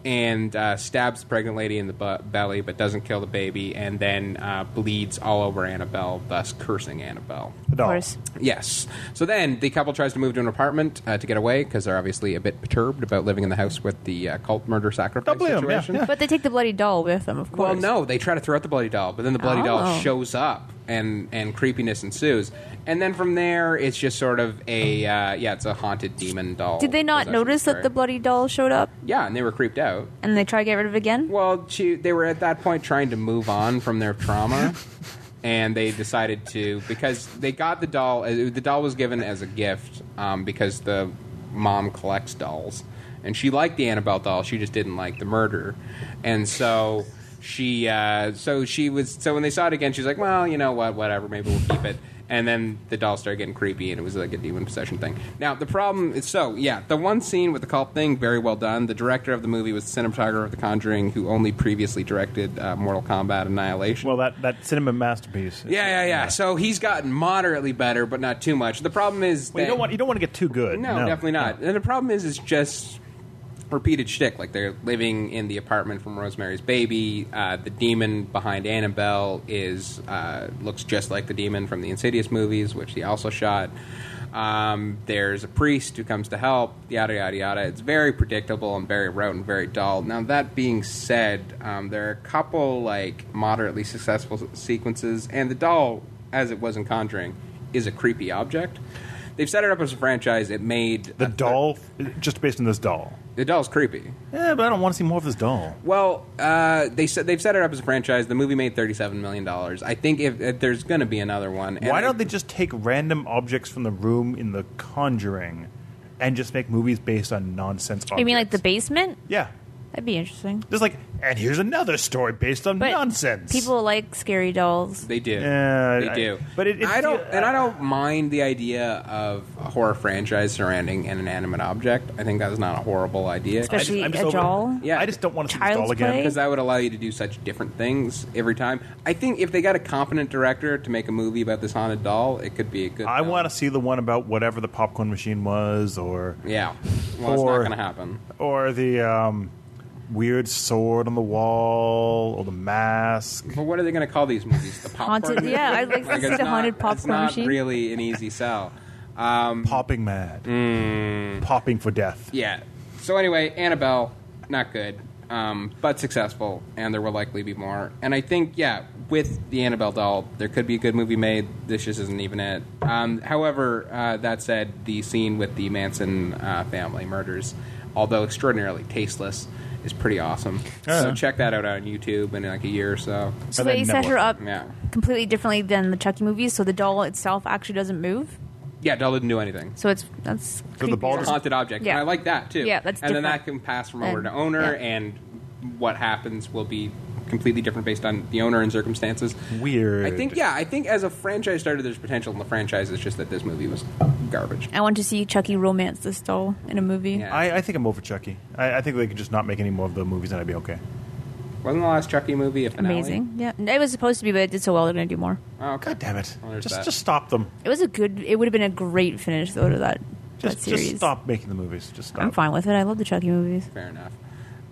B: and uh, stabs the pregnant lady in the bu- belly, but doesn't kill the baby, and then uh, bleeds all over Annabelle, thus cursing Annabelle.
C: The
A: Of
C: doll.
A: course.
B: Yes. So then the couple tries to move to an apartment uh, to get away because they're obviously a bit perturbed about living in the house with the uh, cult murder sacrifice
C: Don't blame 'em, yeah,
B: situation.
C: yeah.
A: But they take the bloody doll with them, of course.
B: Well, no, they try to throw out the bloody doll, but then the bloody doll
A: Oh.
B: shows up, and and creepiness ensues. And then from there, it's just sort of a uh, yeah, it's a haunted demon doll.
A: Did they not
B: possession
A: notice that
B: story.
A: the bloody doll showed up
B: yeah, and they were creeped out.
A: and they try to get rid of it again?
B: Well, she, they were at that point trying to move on from their trauma, and they decided to because they got the doll. uh, The doll was given as a gift um, because the mom collects dolls, and she liked the Annabelle doll. She just didn't like the murder, and so she uh, so she was so when they saw it again, she's like, well, you know what, whatever, maybe we'll keep it. and then the dolls started getting creepy, and it was like a demon possession thing. Now the problem is so yeah, the one scene with the cult thing very well done. The director of the movie was the cinematographer of The Conjuring, who only previously directed uh, Mortal Kombat Annihilation.
C: Well, that, that cinema masterpiece.
B: yeah, yeah, yeah. So he's gotten moderately better, but not too much. The problem is
C: Well, you
B: that-
C: don't want you don't want to get too good.
B: no, definitely not. And the problem is, it's just repeated shtick. Like they're living in the apartment from Rosemary's Baby. Uh, the demon behind Annabelle is uh, looks just like the demon from the Insidious movies, which he also shot. Um, there's a priest who comes to help. Yada yada yada. It's very predictable and very rote and very dull. Now that being said, um, there are a couple like moderately successful sequences, and the doll, as it was in Conjuring, is a creepy object. They've set it up as a franchise. It made
C: The
B: a thir-
C: doll, just based on this doll.
B: the doll's creepy.
C: Yeah, but I don't want to see more of this doll.
B: Well, uh, they said they've set it up as a franchise. The movie made thirty-seven million dollars. I think if, if there's going to be another one, and
C: Why
B: I-
C: don't they just take random objects from the room in The Conjuring and just make movies based on nonsense objects?
A: You mean like the basement?
C: Yeah.
A: That'd be interesting.
C: Just like, and here's another story based on
A: But
C: nonsense.
A: People like scary dolls.
B: They do.
C: Yeah,
B: they
C: I-
B: do.
C: but it- it's- uh,
B: I don't, and I don't mind the idea of a horror franchise surrounding an inanimate object. I think that is not a horrible idea.
C: I
A: Especially-
C: just- I'm just
A: a
C: over-
A: doll?
B: Yeah.
C: I just don't want to see this
A: Child's
C: doll again.
A: play?
B: because that would allow you to do such different things every time. I think if they got a competent director to make a movie about this haunted doll, it could be a good.
C: I
B: film.
C: want to see the one about whatever the popcorn machine was, or
B: Yeah. Well, it's not
C: Or-
B: going to happen.
C: or the um, weird sword on the wall, or the mask.
B: Well, what are they going to call these movies? The popcorn.
A: Haunted-
B: movie?
A: yeah, I'd like to see
B: it's
A: the haunted
B: not- It's
A: popcorn
B: not
A: machine.
B: really an easy sell.
C: popping mad, popping for death.
B: Yeah. So anyway, Annabelle, not good, um, but successful, and there will likely be more. And I think, yeah, with the Annabelle doll, there could be a good movie made. This just isn't even it. Um, however, uh, that said, the scene with the Manson uh, family murders, although extraordinarily tasteless, is pretty awesome. So check that out on YouTube in like a year or so.
A: So
C: Or that
A: they set
C: network.
A: her up
B: Yeah.
A: completely differently than the Chucky movies, so the doll itself actually doesn't move.
B: Yeah, doll didn't do anything.
A: So it's that's
C: the
A: creepy.
C: ball
B: It's a haunted object.
A: Yeah.
B: And I like that too.
A: Yeah, that's
B: and then that
A: different.
B: can pass from
A: And-
B: owner to owner,
A: yeah.
B: and what happens will be completely different based on the owner and circumstances.
C: Weird.
B: I think yeah, I think as a franchise starter, there's potential in the franchise. It's just that this movie was garbage.
A: I want to see Chucky romance this doll in a movie.
B: Yeah.
C: I, I think I'm over Chucky. I, I think they could just not make any more of the movies, and I'd be okay.
B: Wasn't the last Chucky movie a finale?
A: Amazing. Yeah. It was supposed to be, but it did so well they're gonna do more.
B: Oh, okay.
C: God damn it!
B: Well, there's
C: just
B: that.
C: just stop them.
A: It was a good it would have been a great finish though to that,
C: Just
A: that series.
C: just stop making the movies. Just stop.
A: I'm fine with it. I love the Chucky movies.
B: Fair enough.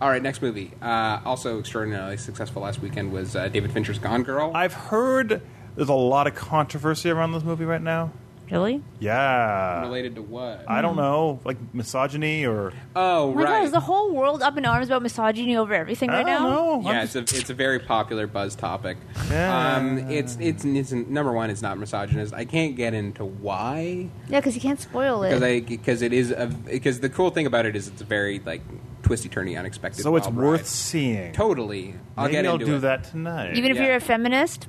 B: All right, next movie. Uh, also extraordinarily successful last weekend was uh, David Fincher's Gone Girl.
C: I've heard there's a lot of controversy around this movie right now.
A: Really?
C: Yeah.
B: Related to what?
C: uh, I
A: Hmm.
C: don't know, like misogyny or
B: oh,
A: Oh my
B: right.
A: god, is the whole world up in arms about misogyny over everything
C: I
A: right
C: don't
A: now?
C: know. Oh, I'm
B: yeah,
C: just-
B: it's a it's a very popular buzz topic.
C: Yeah.
B: Um, it's, it's it's number one. It's not misogynist. I can't get into why
A: Yeah, because you can't spoil it.
B: because I because it is a because the cool thing about it is it's a very like twisty turny unexpected.
C: so it's
B: wild
C: worth
B: ride.
C: seeing.
B: totally. I'll
C: Maybe
B: get
C: I'll
B: into
C: do
B: it.
C: that tonight.
A: Even if
B: Yeah.
A: you're a feminist,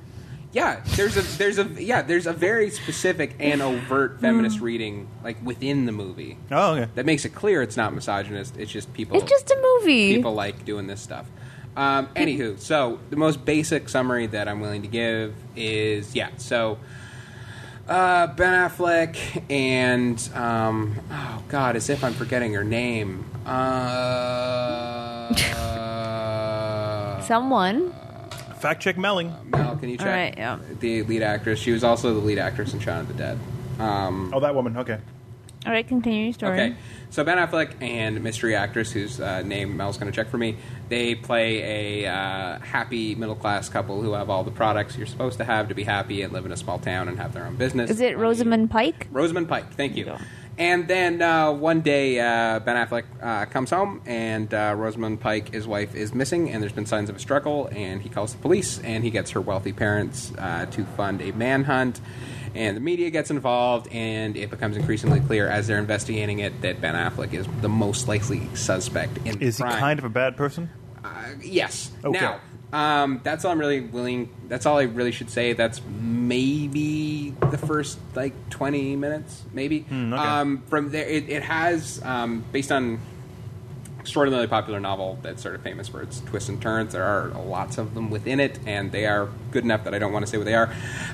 B: Yeah, there's a there's a yeah there's a very specific and overt feminist reading like within the movie
C: oh, okay.
B: that makes it clear it's not misogynist. It's just people.
A: it's just a movie.
B: people like doing this stuff. Um, anywho, so the most basic summary that I'm willing to give is yeah. So uh, Ben Affleck and um, oh god, as if I'm forgetting her name. Uh,
A: Someone.
C: Fact check Melling.
B: Mel, can you check
A: All right, yeah.
B: the lead actress? She was also the lead actress in Shaun of the Dead. Um,
C: Oh, that woman. Okay.
A: All right, continue your story.
B: Okay, so Ben Affleck and mystery actress whose uh, name Mel's going to check for me, they play a uh, happy middle class couple who have all the products you're supposed to have to be happy and live in a small town and have their own business.
A: Is it
B: Um,
A: Rosamund Pike?
B: Rosamund Pike. Thank you.
A: There you go.
B: And then uh, one day, uh, Ben Affleck uh, comes home, and uh, Rosamund Pike, his wife, is missing, and there's been signs of a struggle. And he calls the police, and he gets her wealthy parents uh, to fund a manhunt. And the media gets involved, and it becomes increasingly clear as they're investigating it that Ben Affleck is the most likely suspect in the
C: Is he
B: crime.
C: kind of a bad person?
B: Uh, yes.
C: Okay.
B: Now, um, that's all I'm really willing. That's all I really should say. That's maybe the first like 20 minutes, maybe.
C: Hmm, okay.
B: um, from there, it, it has um, based on extraordinarily popular novel that's sort of famous for its twists and turns. There are lots of them within it, and they are good enough that I don't want to say what they are.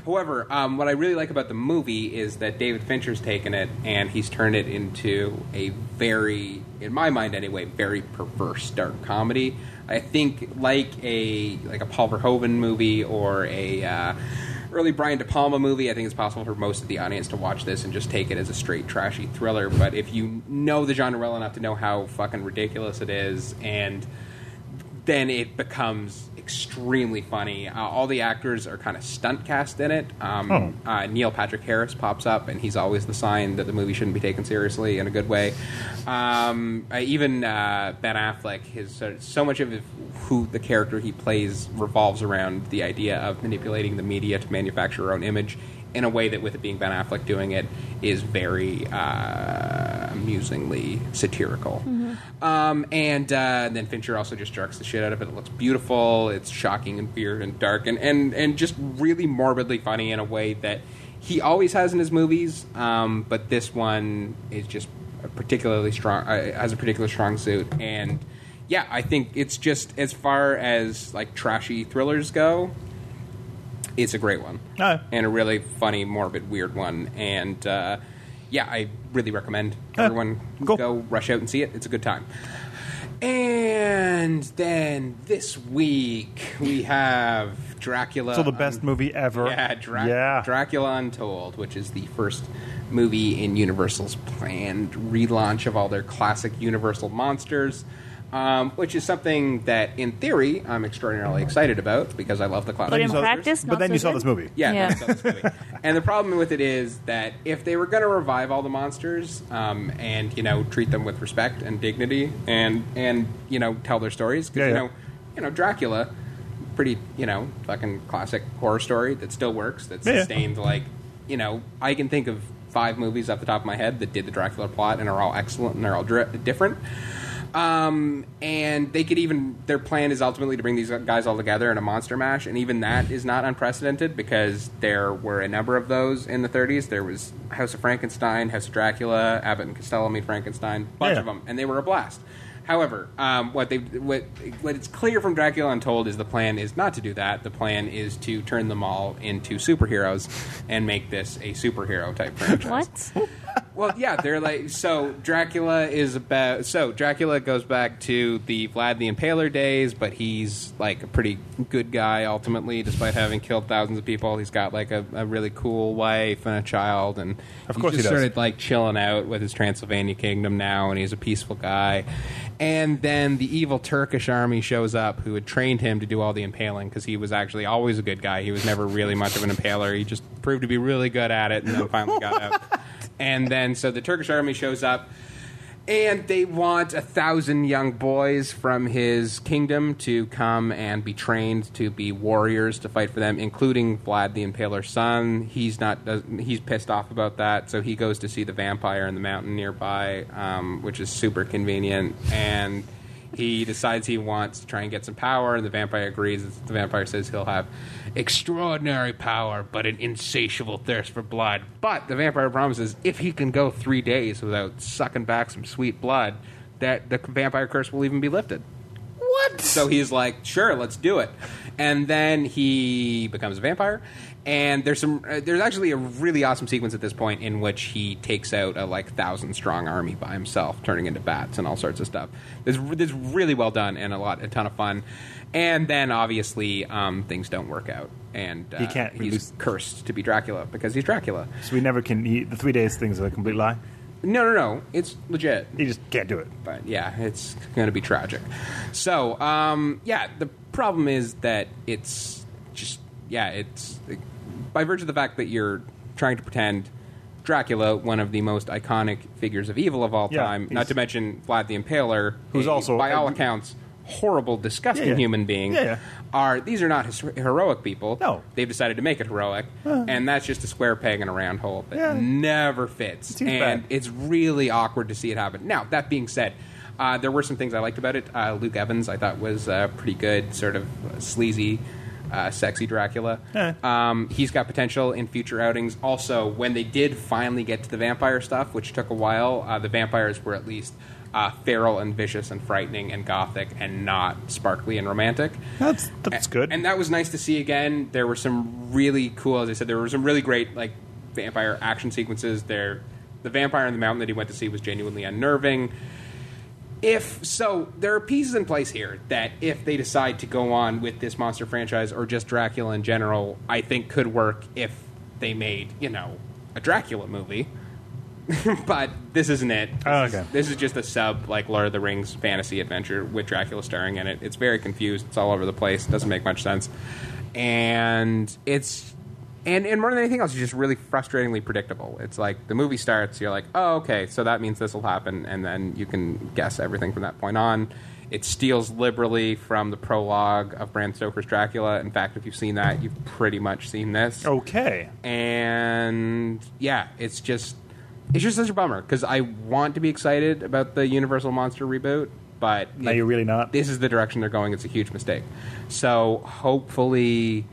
B: However, um, what I really like about the movie is that David Fincher's taken it and he's turned it into a very, in my mind anyway, very perverse dark comedy. I think like a like a Paul Verhoeven movie or a uh, early Brian De Palma movie. I think it's possible for most of the audience to watch this and just take it as a straight trashy thriller. But if you know the genre well enough to know how fucking ridiculous it is, and then it becomes extremely funny. Uh, all the actors are kind of stunt cast in it. Um,
C: Oh.
B: uh, Neil Patrick Harris pops up, and he's always the sign that the movie shouldn't be taken seriously in a good way. Um, uh, even uh, Ben Affleck, his so- so much of who the character he plays revolves around the idea of manipulating the media to manufacture your own image in a way that, with it being Ben Affleck doing it, is very uh, amusingly satirical. Um, and uh, then Fincher also just jerks the shit out of it. It looks beautiful. It's shocking and weird and dark and, and, and just really morbidly funny in a way that he always has in his movies. Um, but this one is just a particularly strong, uh, has a particular strong suit. And yeah, I think it's just as far as like trashy thrillers go, it's a great one
C: Aye.
B: and a really funny, morbid, weird one. And uh, yeah, I really recommend
C: Yeah.
B: everyone
C: Cool.
B: go rush out and see it. It's a good time. And then this week we have Dracula.
C: So the best movie ever.
B: Uh, Yeah, Drac-
C: yeah.
B: Dracula Untold, which is the first movie in Universal's planned relaunch of all their classic Universal monsters, um, which is something that, in theory, I'm extraordinarily excited about because I love the classic.
A: But in
B: monsters.
A: practice,
C: but
A: not
C: then
A: so
C: you saw
A: good?
C: this movie.
B: Yeah,
A: Yeah.
B: that's how this movie- and the problem with it is that if they were going to revive all the monsters um, and you know treat them with respect and dignity and and you know tell their stories, 'cause,
C: Yeah,
B: you
C: yeah.
B: know you know Dracula, pretty you know fucking classic horror story that still works that
C: Yeah, yeah.
B: sustained like you know I can think of five movies off the top of my head that did the Dracula plot and are all excellent and they're all dri- different. Um, and they could even their plan is ultimately to bring these guys all together in a monster mash, and even that is not unprecedented because there were a number of those in the 30s. There was House of Frankenstein, House of Dracula, Abbott and Costello Meet Frankenstein, bunch
C: Yeah.
B: of them, and they were a blast. However, um, what they what what it's clear from Dracula Untold is the plan is not to do that. The plan is to turn them all into superheroes and make this a superhero type franchise.
A: What?
B: Well, yeah, they're like so. Dracula is about so Dracula goes back to the Vlad the Impaler days, but he's like a pretty good guy ultimately, despite having killed thousands of people. He's got like a, a really cool wife and a child, and
C: Of course
B: he's
C: he
B: just
C: does.
B: sort of like chilling out with his Transylvania kingdom now, and he's a peaceful guy. And then the evil Turkish army shows up, who had trained him to do all the impaling because he was actually always a good guy. He was never really much of an impaler. He just proved to be really good at it, and then finally got out. And then so the Turkish army shows up. And they want a thousand young boys from his kingdom to come and be trained to be warriors to fight for them, including Vlad the Impaler's son. He's not doesn't- he's pissed off about that, so he goes to see the vampire in the mountain nearby, um, which is super convenient. And he decides he wants to try and get some power, and the vampire agrees. The vampire says he'll have extraordinary power, but an insatiable thirst for blood. But the vampire promises if he can go three days without sucking back some sweet blood, that the vampire curse will even be lifted. What? So he's like, sure, let's do it. And then he becomes a vampire. And there's some, uh, there's actually a really awesome sequence at this point in which he takes out a like thousand strong army by himself, turning into bats and all sorts of stuff. It's, it's really well done and a lot, a ton of fun. And then obviously um, things don't work out, and uh,
C: He can't
B: He's
C: release-
B: cursed to be Dracula because he's Dracula.
C: So we never can. He, the three days thing's a complete lie.
B: No, no, no, it's legit.
C: He just can't do it.
B: but yeah, it's going to be tragic. So, um, yeah, the problem is that it's just, yeah, it's by virtue of the fact that you're trying to pretend Dracula, one of the most iconic figures of evil of all
C: Yeah,
B: time, not
C: he's-
B: to mention Vlad the Impaler,
C: Who's
B: a-
C: also-
B: by all accounts, horrible, disgusting
C: Yeah, yeah.
B: human being.
C: Yeah, yeah.
B: Are these are not his, heroic people?
C: No.
B: they've decided to make it heroic, and that's just a square peg in a round hole that
C: Yeah.
B: never fits
C: Seems
B: and
C: bad.
B: it's really awkward to see it happen. Now, that being said, uh, there were some things I liked about it. Uh, Luke Evans, I thought, was uh, pretty good, sort of sleazy, uh, sexy Dracula.
C: Eh.
B: Um, he's got potential in future outings. Also, when they did finally get to the vampire stuff, which took a while, uh, the vampires were at least. uh, feral and vicious and frightening and gothic and not sparkly and romantic.
C: That's that's good.
B: And that was nice to see again. There were some really cool, as I said, there were some really great like vampire action sequences. There, the vampire in the mountain that he went to see was genuinely unnerving. If so, there are pieces in place here that if they decide to go on with this monster franchise or just Dracula in general, I think could work if they made you know a Dracula movie. but this isn't it. This
C: Oh,
B: is-
C: okay.
B: this is just a sub like Lord of the Rings fantasy adventure with Dracula starring in it. It's very confused. It's all over the place. Doesn't make much sense, and it's and and more than anything else, it's just really frustratingly predictable. It's like the movie starts, you're like, oh okay, so that means this will happen, and then you can guess everything from that point on. It steals liberally from the prologue of Bram Stoker's Dracula. In fact, if you've seen that, you've pretty much seen this
C: Oh, okay.
B: and yeah, it's just it's just such a bummer because I want to be excited about the Universal Monster reboot, but
C: Now
B: it-
C: you're really not.
B: This is the direction they're going. It's a huge mistake. So hopefully,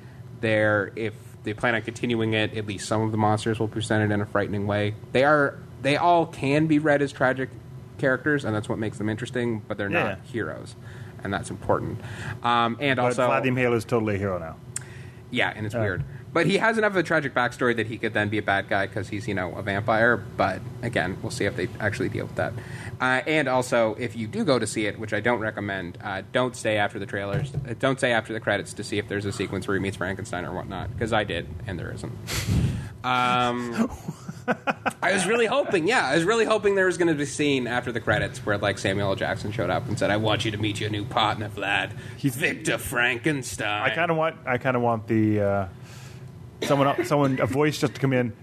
B: there if they plan on continuing it, at least some of the monsters will be presented in a frightening way. They are they all can be read as tragic characters, and that's what makes them interesting. But they're
C: Yeah.
B: not heroes, and that's important. Um, and
C: But
B: also,
C: Vladimir Hale is totally a hero now.
B: yeah, and it's
C: Oh.
B: weird. But he has enough of a tragic backstory that he could then be a bad guy because he's, you know, a vampire. But again, we'll see if they actually deal with that. Uh, and also, if you do go to see it, which I don't recommend, uh, don't stay after the trailers. Uh, don't stay after the credits to see if there's a sequence where he meets Frankenstein or whatnot, because I did, and there isn't. Um, I was really hoping, yeah, I was really hoping there was going to be a scene after the credits where, like, Samuel L. Jackson showed up and said, I want you to meet your new partner, Vlad. He's Victor Frankenstein.
C: I kind of want. I kind of want the uh, someone, el- someone, a voice just to come in.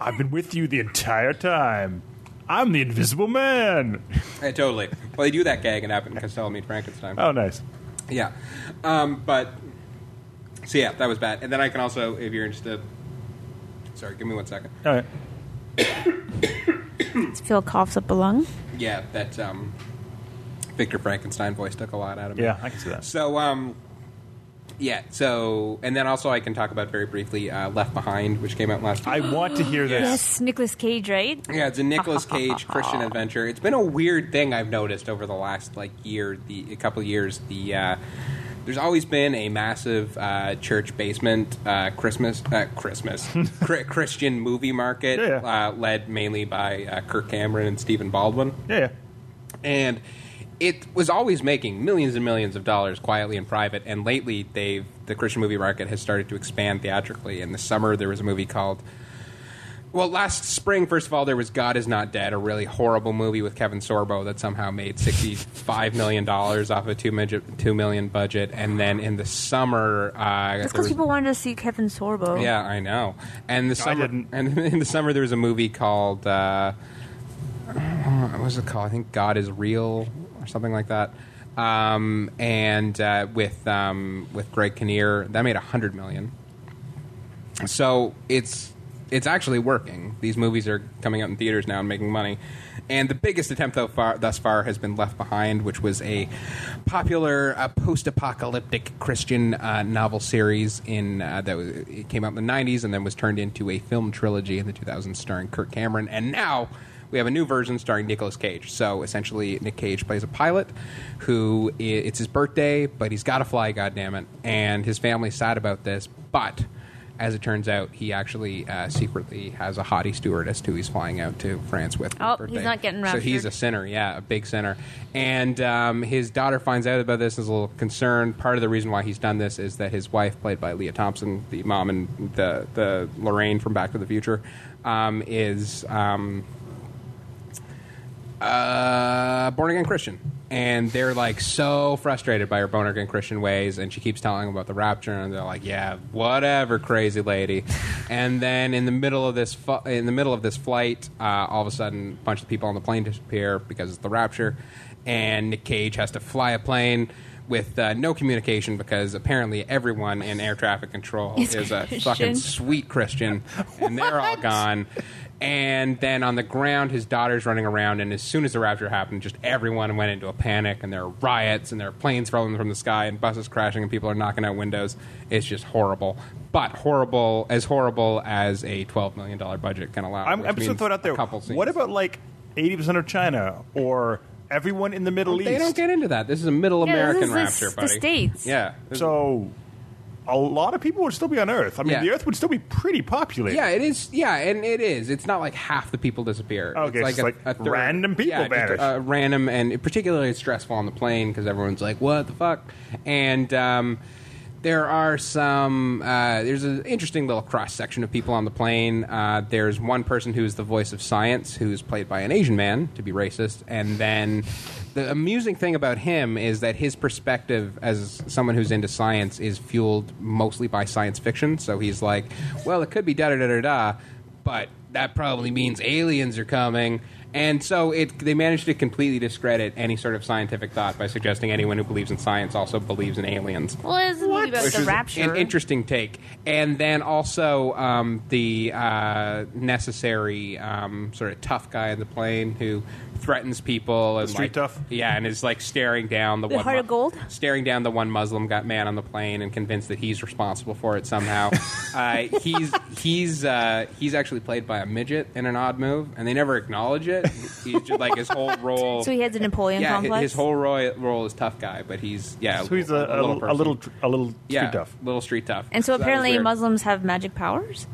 C: I've been with you the entire time. I'm the Invisible Man.
B: Yeah, Eh, totally. Well, they do that gag in Abbott and Costello Meet Frankenstein.
C: Oh, nice.
B: Yeah. Um, but, so yeah, that was bad. And then I can also, if you're interested, sorry, give me one second.
C: All right.
A: Phil coughs up a lung.
B: Yeah, that um, Victor Frankenstein voice took a lot out of me.
C: Yeah, I can see that.
B: So, um, yeah, so, and then also I can talk about very briefly uh, Left Behind, which came out last
C: I want to hear this.
A: Yes, Nicolas Cage, right?
B: Yeah, it's a Nicolas Cage Christian adventure. It's been a weird thing I've noticed over the last like year, the a couple years. The uh, there's always been a massive uh, church basement uh, Christmas uh, Christmas Chri- Christian movie market
C: Yeah, yeah.
B: Uh, led mainly by uh, Kirk Cameron and Stephen Baldwin
C: Yeah, yeah.
B: and it was always making millions and millions of dollars quietly in private. And lately, they've the Christian movie market has started to expand theatrically. In the summer, there was a movie called. Well, last spring, first of all, there was God Is Not Dead, a really horrible movie with Kevin Sorbo that somehow made $65 million off a $2 million, $2 million budget. And then in the summer. Uh,
A: That's
B: there
A: because
B: was-
A: people wanted to see Kevin Sorbo.
B: yeah, I know. And the summer,
C: didn't.
B: and in the summer there was a movie called uh, what was it called? I think God is Real or something like that. Um, and uh, with um, with Greg Kinnear, that made a hundred million. So it's it's actually working. These movies are coming out in theaters now and making money. And the biggest attempt though far, thus far has been Left Behind, which was a popular uh, post-apocalyptic Christian uh, novel series in uh, that was, it came out in the '90s and then was turned into a film trilogy in the 2000s, starring Kirk Cameron. And now we have a new version starring Nicolas Cage. So essentially, Nick Cage plays a pilot who i- it's his birthday, but he's got to fly, goddammit, and his family's sad about this, but as it turns out, he actually uh, secretly has a hottie stewardess who he's flying out to France with. for
A: Oh,
B: his
A: he's
B: birthday.
A: not getting
B: So
A: raptured.
B: he's a sinner, yeah, a big sinner. And um, his daughter finds out about this and is a little concerned. Part of the reason why he's done this is that his wife, played by Leah Thompson, the mom and the, the Lorraine from Back to the Future, um, is. Um, uh, born again Christian. And they're like so frustrated by her born again Christian ways, and she keeps telling them about the rapture, and they're like, "Yeah, whatever, crazy lady." and then in the middle of this fu- in the middle of this flight, uh, all of a sudden, a bunch of people on the plane disappear because it's the rapture, and Nick Cage has to fly a plane with uh, no communication because apparently everyone in air traffic control
A: Is
B: is a fucking
A: Christian.
B: sweet Christian, and they're all gone. And then on the ground, his daughter's running around, and as soon as the rapture happened, just everyone went into a panic, and there are riots, and there are planes falling from the sky, and buses crashing, and people are knocking out windows. It's just horrible, but horrible as horrible as a twelve million dollar budget can allow.
C: I'm,
B: which
C: I'm just gonna
B: means
C: throw it out there.
B: a Couple scenes.
C: What about like 80% of China or everyone in the Middle East.
B: They don't get into that. This is a middle
A: Yeah,
B: American
A: this is the s-
B: rapture,
A: the
B: buddy.
A: States.
B: Yeah.
C: so a lot of people would still be on Earth. I mean,
B: Yeah.
C: the Earth would still be pretty populated.
B: Yeah, it is. Yeah, and it is. It's not like half the people disappear.
C: Okay,
B: it's
C: it's just like random people
B: yeah, just,
C: vanish.
B: uh, random, and particularly it's stressful on the plane because everyone's like, "What the fuck?" And um, there are some. Uh, there's an interesting little cross section of people on the plane. Uh, there's one person who is the voice of science, who's played by an Asian man to be racist, and then. The amusing thing about him is that his perspective as someone who's into science is fueled mostly by science fiction. So he's like, well, it could be da da da da da, but that probably means aliens are coming. And so it, they managed to completely discredit any sort of scientific thought by suggesting anyone who believes in science also believes in aliens.
A: Well, it's a movie about
B: Which
A: the
B: is
A: rapture.
B: an interesting take. And then also um, the uh, necessary um, sort of tough guy in the plane who threatens people. And
C: street
B: like-
C: tough?
B: Yeah, and is like staring down the,
A: The
B: one
A: Heart of Gold?
B: staring down the one Muslim got man on the plane and convinced that he's responsible for it somehow. uh, he's he's uh, he's actually played by a midget in an odd move, and they never acknowledge it. He's just, like his whole role.
A: so he has a Napoleon
B: yeah, hi-
A: complex.
B: his whole role, role is tough guy, but he's yeah.
C: So he's a, a,
B: little
C: little, a
B: person.
C: little, a little
B: yeah,
C: street tough.
B: little street tough.
A: and so
B: that was
A: apparently
B: weird.
A: Muslims have magic powers.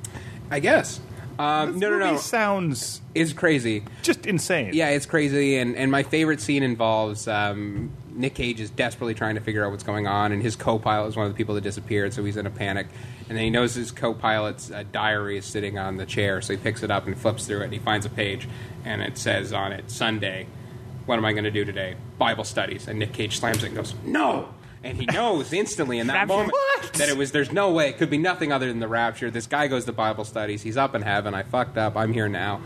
B: I guess. Um,
C: This
B: no, no,
C: movie
B: no.
C: Sounds
B: It's crazy.
C: just insane.
B: Yeah, it's crazy, and, and my favorite scene involves um, Nick Cage is desperately trying to figure out what's going on, and his co-pilot is one of the people that disappeared, so he's in a panic, and then he knows his co-pilot's uh, diary is sitting on the chair, so he picks it up and flips through it, and he finds a page, and it says on it Sunday, what am I going to do today? Bible studies, and Nick Cage slams it and goes no. And he knows instantly in that
A: Rapture.
B: moment
C: What?
B: that it was there's no way it could be nothing other than the rapture. This guy goes to Bible studies. He's up in heaven. I fucked up. I'm here now.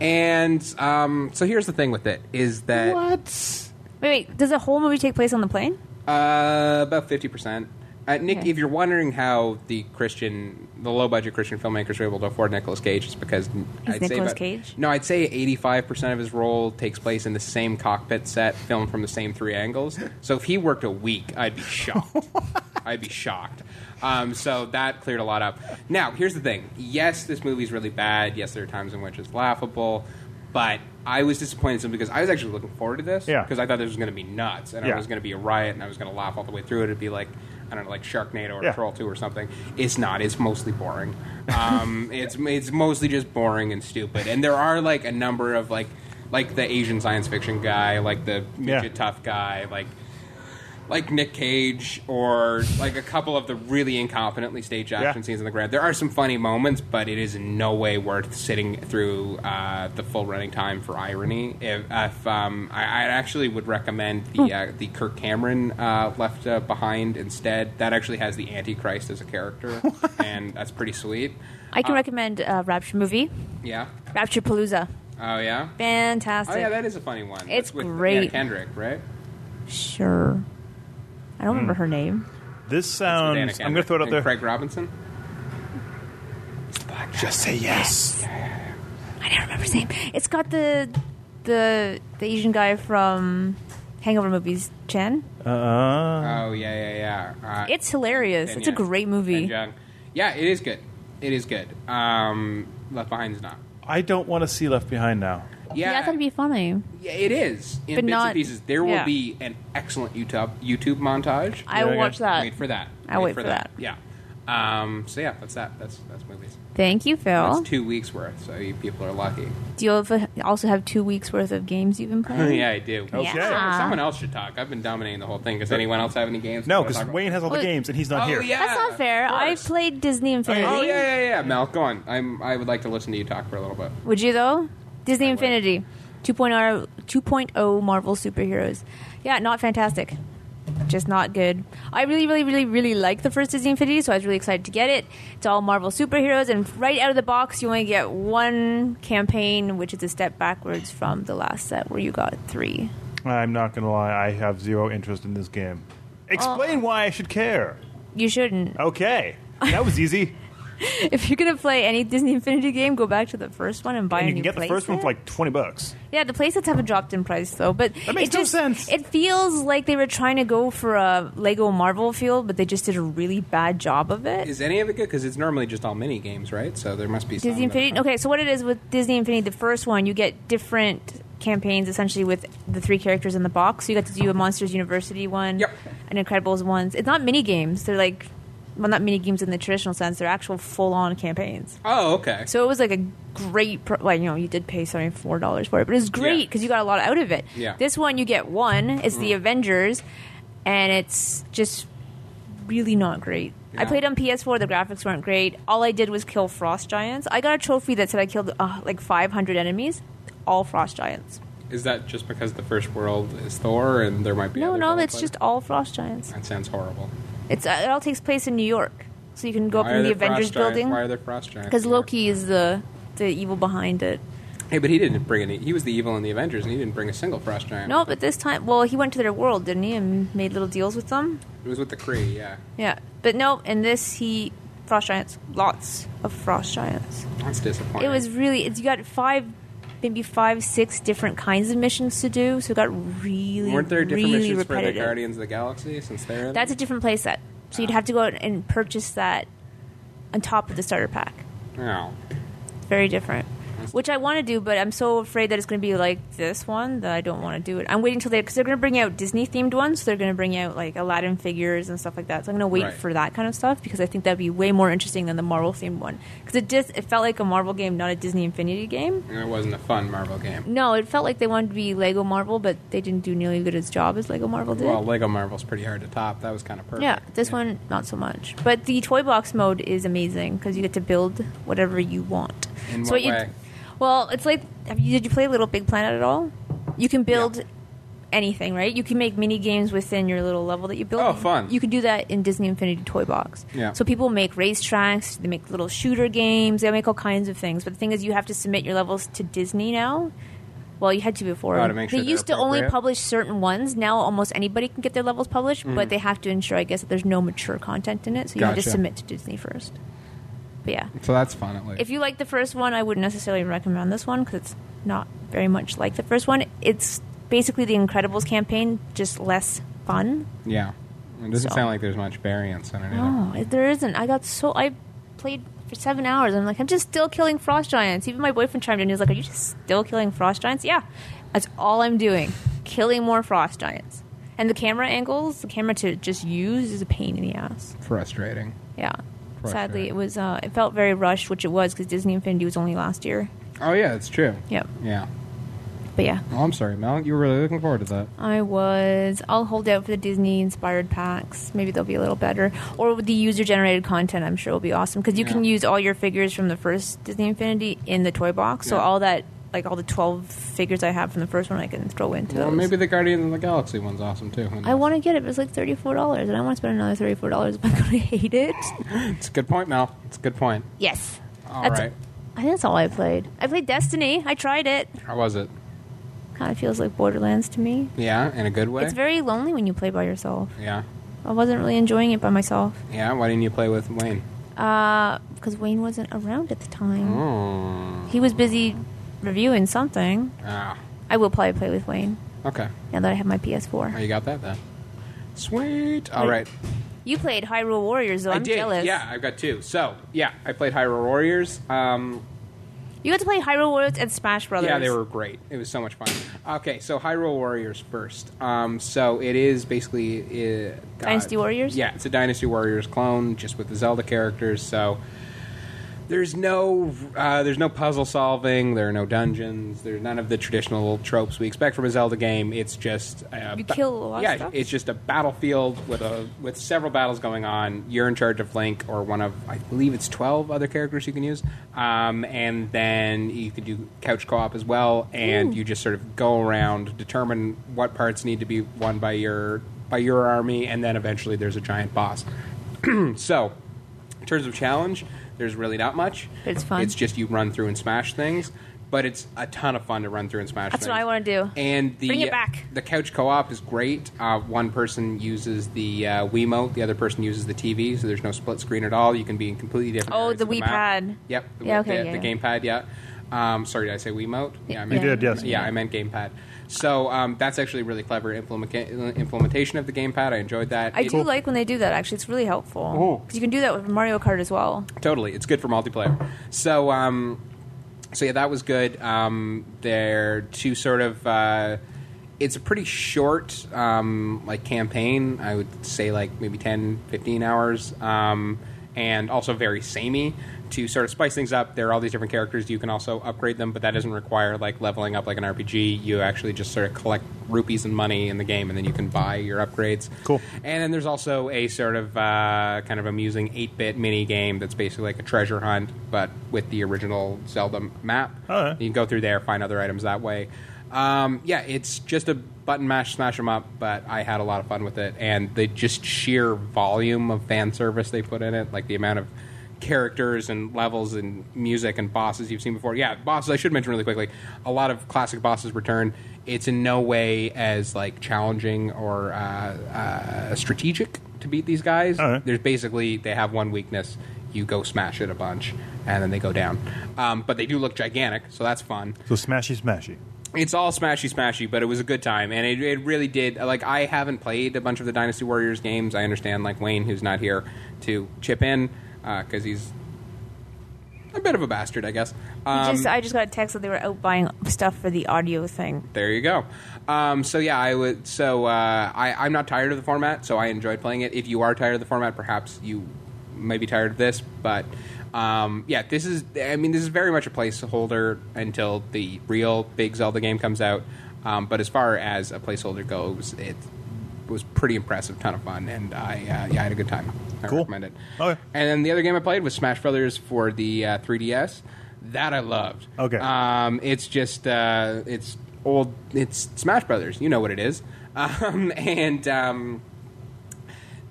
B: And um, so here's the thing with it is that
C: What?
A: Wait, wait, does the whole movie take place on the plane?
B: uh, about fifty percent. Uh, Nick,
A: Okay.
B: if you're wondering how the Christian, the low budget Christian filmmakers were able to afford Nicolas Cage, it's because I'd say
A: Nicolas
B: about-
A: Cage?
B: No, I'd say 85 percent of his role takes place in the same cockpit set, filmed from the same three angles. So if he worked a week, I'd be shocked. I'd be shocked. Um, so that cleared a lot up. Now, here's the thing. Yes, this movie's really bad. Yes, there are times in which it's laughable, but I was disappointed simply because I was actually looking forward to this
C: Yeah.
B: because I thought this was going to be nuts and I
C: Yeah.
B: was going to be a riot and I was going to laugh all the way through it. It'd be like I don't know, like Sharknado or
C: Yeah.
B: Troll Two or something. It's not. It's mostly boring. Um, it's it's mostly just boring and stupid. And there are like a number of like like the Asian science fiction guy, like the midget
C: Yeah.
B: tough guy, like like Nick Cage or like a couple of the really incompetently staged action
C: Yeah.
B: scenes in the ground. There are some funny moments, but it is in no way worth sitting through uh, the full running time for irony. If, if um, I, I actually would recommend
C: Hmm.
B: the uh, the Kirk Cameron uh, left uh, behind instead. That actually has the Antichrist as a character, and that's pretty sweet.
A: I
B: Uh,
A: can recommend a Rapture movie,
B: Yeah.
A: Rapture Palooza.
B: Oh yeah.
A: Fantastic.
B: Oh yeah, that is a funny one.
A: It's
B: That's with Anna
A: great.
B: Kendrick, right?
A: sure. I don't
B: Hmm.
A: remember her name.
C: This
B: With
C: sounds.
B: Anna
C: Um, I'm going to
B: Kendrick
C: throw it out
B: and
C: there.
B: Craig Robinson.
C: Just say yes.
A: I don't remember his name. It's got the the the Asian guy from Hangover movies, Chen.
C: Uh,
B: Oh yeah, yeah, yeah. Uh,
A: It's hilarious.
B: and
A: It's a
B: yeah,
A: great movie.
B: and Jung. Yeah, it is good. It is good. Um, Left Behind is not.
C: I don't want to see Left Behind now.
B: Yeah,
A: I thought it'd be funny.
B: yeah, it is. In
A: But
B: bits
A: not-
B: and pieces, there will
A: yeah.
B: be an excellent YouTube YouTube montage.
A: I will
C: okay.
A: watch that.
B: wait for that.
A: I'll wait for that.
B: Yeah. Um, so yeah, that's that. That's that's movies.
A: Thank you, Phil.
B: That's two weeks worth. So you people are lucky.
A: Do you have- also have two weeks worth of games you've been playing?
B: yeah, I do.
A: Okay.
B: Someone, someone else should talk. I've been dominating the whole thing. Does anyone else have any games?
C: No,
B: they wanna
C: because
B: talk about?
C: Wayne has all the
A: Wait.
C: games and he's not
B: Oh,
C: here.
B: yeah.
A: That's not fair.
B: of
A: I
B: course.
A: played Disney Infinity.
B: Oh yeah, yeah, yeah. Mel, go on. I'm. I would like to listen to you talk for a little bit.
A: Would you though? Disney
B: I would.
A: Infinity, oh, 2.0, 2.0 Marvel superheroes. Yeah, not fantastic. Just not good. I really, really, really, really like the first Disney Infinity, so I was really excited to get it. It's all Marvel superheroes, and right out of the box, you only get one campaign, which is a step backwards from the last set where you got three.
C: I'm not going to lie. I have zero interest in this game. Explain
A: Oh.
C: why I should care.
A: You shouldn't.
C: Okay. That was easy.
A: If you're gonna play any Disney Infinity game, go back to the first one and buy
C: and
A: a
C: you can
A: new
C: get the first one
A: playset.
C: for like 20 bucks.
A: Yeah, the playsets haven't dropped in price though, but
C: That makes
A: it
C: no
A: just,
C: sense.
A: It feels like they were trying to go for a Lego Marvel feel, but they just did a really bad job of it.
B: Is any of it good? Because it's normally just all mini games, right? So there must be some
A: Disney
B: that-
A: Infinity. Okay, so what it is with Disney Infinity, the first one, you get different campaigns essentially with the three characters in the box. So you got to do a Monsters University one,
B: Yep.
A: an Incredibles one. It's not mini games. They're like, well, not mini games in the traditional sense. They're actual full on campaigns.
B: Oh, okay.
A: So it was like a great, pro- well, you know, you did pay seventy four dollars for it, but it was great
B: Yeah.
A: because you got a lot out of it.
B: Yeah. Mm.
A: This one you get one. It's the Avengers, and it's just really not great. I
B: Yeah.
A: played on PS4. The graphics weren't great. All I did was kill frost giants. I got a trophy that said I killed uh, like five hundred enemies, all frost giants.
B: Is that just because the first world is Thor and there might be?
A: no,
B: other
A: no,
B: Valkyries?
A: it's just all frost giants.
B: That sounds horrible.
A: It's uh, it all takes place in New York, so you can go up
B: Why are
A: in the
B: there frost
A: Avengers
B: giant- Why
A: building
B: are there frost giants?
A: because
B: in there?
A: Loki is the the evil behind it.
B: Hey, but he didn't bring any. He was the evil in the Avengers, and he didn't bring a single frost giant.
A: No, but this time, well, he went to their world, didn't he, and made little deals with them.
B: it was with the Kree. Yeah,
A: Yeah, but no, in this he frost giants, lots of frost giants.
B: that's disappointing.
A: It was really it's, you got five, maybe five, six different kinds of missions to do, so it got really
B: Weren't there different
A: really
B: missions for
A: repetitive.
B: the Guardians of the Galaxy since they're in?
A: That's a
B: it?
A: different playset, so you'd
B: Ah.
A: have to go out and purchase that on top of the starter pack.
B: no.
A: very different. Which I want to do, but I'm so afraid that it's going to be like this one that I don't want to do it. I'm waiting till they because they're going to bring out Disney themed ones. So they're going to bring out like Aladdin figures and stuff like that. So I'm going to wait
B: Right.
A: for that kind of stuff because I think that'd be way more interesting than the Marvel themed one. Because it just it felt like a Marvel game, not a Disney Infinity game.
B: It wasn't a fun Marvel game.
A: No, it felt like they wanted to be Lego Marvel, but they didn't do nearly as good as job as Lego Marvel did.
B: Well, Lego Marvel's pretty hard to top. That was kind of perfect.
A: Yeah, this one not so much. But the toy box mode is amazing because you get to build whatever you want.
B: In
A: so
B: what
A: you,
B: way?
A: Well, it's like have you, did you play Little Big Planet at all? You can build anything, right? You can make mini games within your little level that you build.
B: Oh, fun.
A: You can do that in Disney Infinity Toy Box.
B: Yeah.
A: So people make racetracks, they make little shooter games, they make all kinds of things. But the thing is, you have to submit your levels to Disney now. Well, you had to before.
B: Oh, to make sure
A: they
B: they're
A: used to only
B: appropriate?
A: publish certain ones. Now almost anybody can get their levels published, but they have to ensure, I guess, that there's no mature content in it. So you have to
B: Gotcha.
A: submit to Disney first. But yeah,
B: So that's fun at least.
A: if you like the first one, I wouldn't necessarily recommend this one because it's not very much like the first one. It's basically the Incredibles campaign, just less fun.
B: yeah. It doesn't
A: So. Oh.
B: sound like there's much variance in it either.
A: No, it- there isn't. I got so I played for seven hours. I'm like, I'm just still killing frost giants. Even my boyfriend chimed in. He was like, Are you just still killing frost giants? Yeah, that's all I'm doing, killing more frost giants. And the camera angles, the camera to just use is a pain in the ass.
B: Frustrating.
A: Yeah.
B: Right,
A: Sadly,
B: right.
A: it was. Uh, it felt very rushed, which it was because Disney Infinity was only last year.
B: Oh yeah, it's true.
A: Yep.
B: Yeah.
A: But yeah,
B: Well, I'm sorry, Mel. You were really looking forward to that.
A: I was. I'll hold out for the Disney inspired packs. Maybe they'll be a little better. Or with the user generated content, I'm sure will be awesome because you can
B: Yeah.
A: use all your figures from the first Disney Infinity in the toy box. So
B: Yeah.
A: all that, like all the 12 figures I have from the first one, I can throw into
B: Well,
A: those.
B: maybe the Guardians of the Galaxy one's awesome too. Who
A: I
B: knows?
A: want to get it, but it's like $34, and I want to spend another $34. Am I going to hate it?
B: It's a good point, Mel. It's a good point.
A: yes.
B: All right.
A: That's- I think that's all I played. I played Destiny. I tried it.
B: How was it?
A: Kind of feels like Borderlands to me.
B: Yeah, in a good way.
A: It's very lonely when you play by yourself.
B: yeah,
A: I wasn't really enjoying it by myself.
B: yeah. Why didn't you play with Wayne?
A: because Uh, Wayne wasn't around at the time.
B: Oh,
A: He was busy reviewing something.
B: ah,
A: I will probably play with Wayne
B: okay.
A: now that I have my
B: Well,
A: PS4.
B: you got that then. Sweet. All
A: Wait.
B: right.
A: You played Hyrule Warriors, though.
B: I
A: I'm
B: did.
A: jealous.
B: Yeah, I've got two. So yeah, I played Hyrule Warriors. Um,
A: You got to play Hyrule Warriors and Smash Brothers.
B: Yeah, they were great. It was so much fun. Okay, so Hyrule Warriors first. Um, so it is basically uh, God.
A: Dynasty Warriors?
B: Yeah, it's a Dynasty Warriors clone, just with the Zelda characters. So there's no uh, there's no puzzle solving. There are no dungeons. There's none of the traditional tropes we expect from a Zelda game. It's just uh,
A: You
B: ba-
A: kill a lot of
B: Yeah,
A: stuff?
B: it's just a battlefield with a with several battles going on. You're in charge of Link or one of I believe it's twelve other characters you can use, um, and then you can do couch co-op as well. And you just sort of go around, determine what parts need to be won by your by your army, and then eventually there's a giant boss. so, in terms of challenge, there's really not much.
A: But it's fun.
B: It's just you run through and smash things. But it's a ton of fun to run through and smash.
A: That's what
B: things.
A: I wanna do.
B: And the
A: Bring it back.
B: the couch co-op is great. Uh, one person uses the uh, Wiimote, the other person uses the TV, so there's no split screen at all. You can be in completely different.
A: Oh,
B: areas
A: the
B: of the
A: Wii
B: map.
A: pad.
B: Yep. The,
A: Yeah, okay,
B: the,
A: yeah,
B: the
A: yeah.
B: gamepad. Yeah. Um, sorry, did I say Wiimote? Yeah, I
A: You
B: meant-
C: did, yes.
B: Yeah, I meant gamepad. So um, that's actually really clever implement- implementation of the gamepad. I enjoyed that.
A: I
B: It-
A: do like when they do that, actually. It's really helpful.
C: Oh.
A: Because you can do that with Mario Kart as well.
B: Totally, it's good for multiplayer. So, um, so yeah, that was good. Um, they're to sort of uh, it's a pretty short um, like campaign. I would say like maybe 10, 15 hours, um, and also very samey. To sort of spice things up, there are all these different characters. You can also upgrade them, but that doesn't require like leveling up like an RPG. You actually just sort of collect rupees and money in the game, and then you can buy your upgrades.
C: Cool.
B: And then there's also a sort of uh, kind of amusing 8 bit mini game that's basically like a treasure hunt, but with the original Zelda map.
C: All right.
B: You can go through there, find other items that way. Um, yeah, it's just a button mash, smash them up, but I had a lot of fun with it. And the just sheer volume of fan service they put in it, like the amount of characters and levels and music and bosses you've seen before. Yeah, bosses, I should mention really quickly a lot of classic bosses return. It's in no way as like challenging or uh, uh, strategic to beat these guys.
C: All right.
B: There's basically they have one weakness. You go smash it a bunch, and then they go down. Um, but they do look gigantic, so that's fun
C: So smashy, smashy.
B: it's all smashy smashy but it was a good time and it, it really did like i haven't played a bunch of the dynasty warriors games i understand like wayne who's not here to chip in because he's a bit of a bastard i guess
A: You
B: um,
A: just, I just got a text that they were out buying stuff for the audio thing.
B: there you go um, so yeah i would so uh, I, i'm not tired of the format so i enjoyed playing it if you are tired of the format perhaps you may be tired of this but um, yeah this is i mean this is very much a placeholder until the real big zelda game comes out um, but as far as a placeholder goes it was pretty impressive ton of fun and i uh, yeah i had a good time i
C: Cool.
B: recommend it
C: Okay.
B: and then the other game i played was smash brothers for the uh, 3ds that i loved
C: Okay.
B: um, it's just uh, it's old. It's Smash Brothers. You know what it is. Um, and um,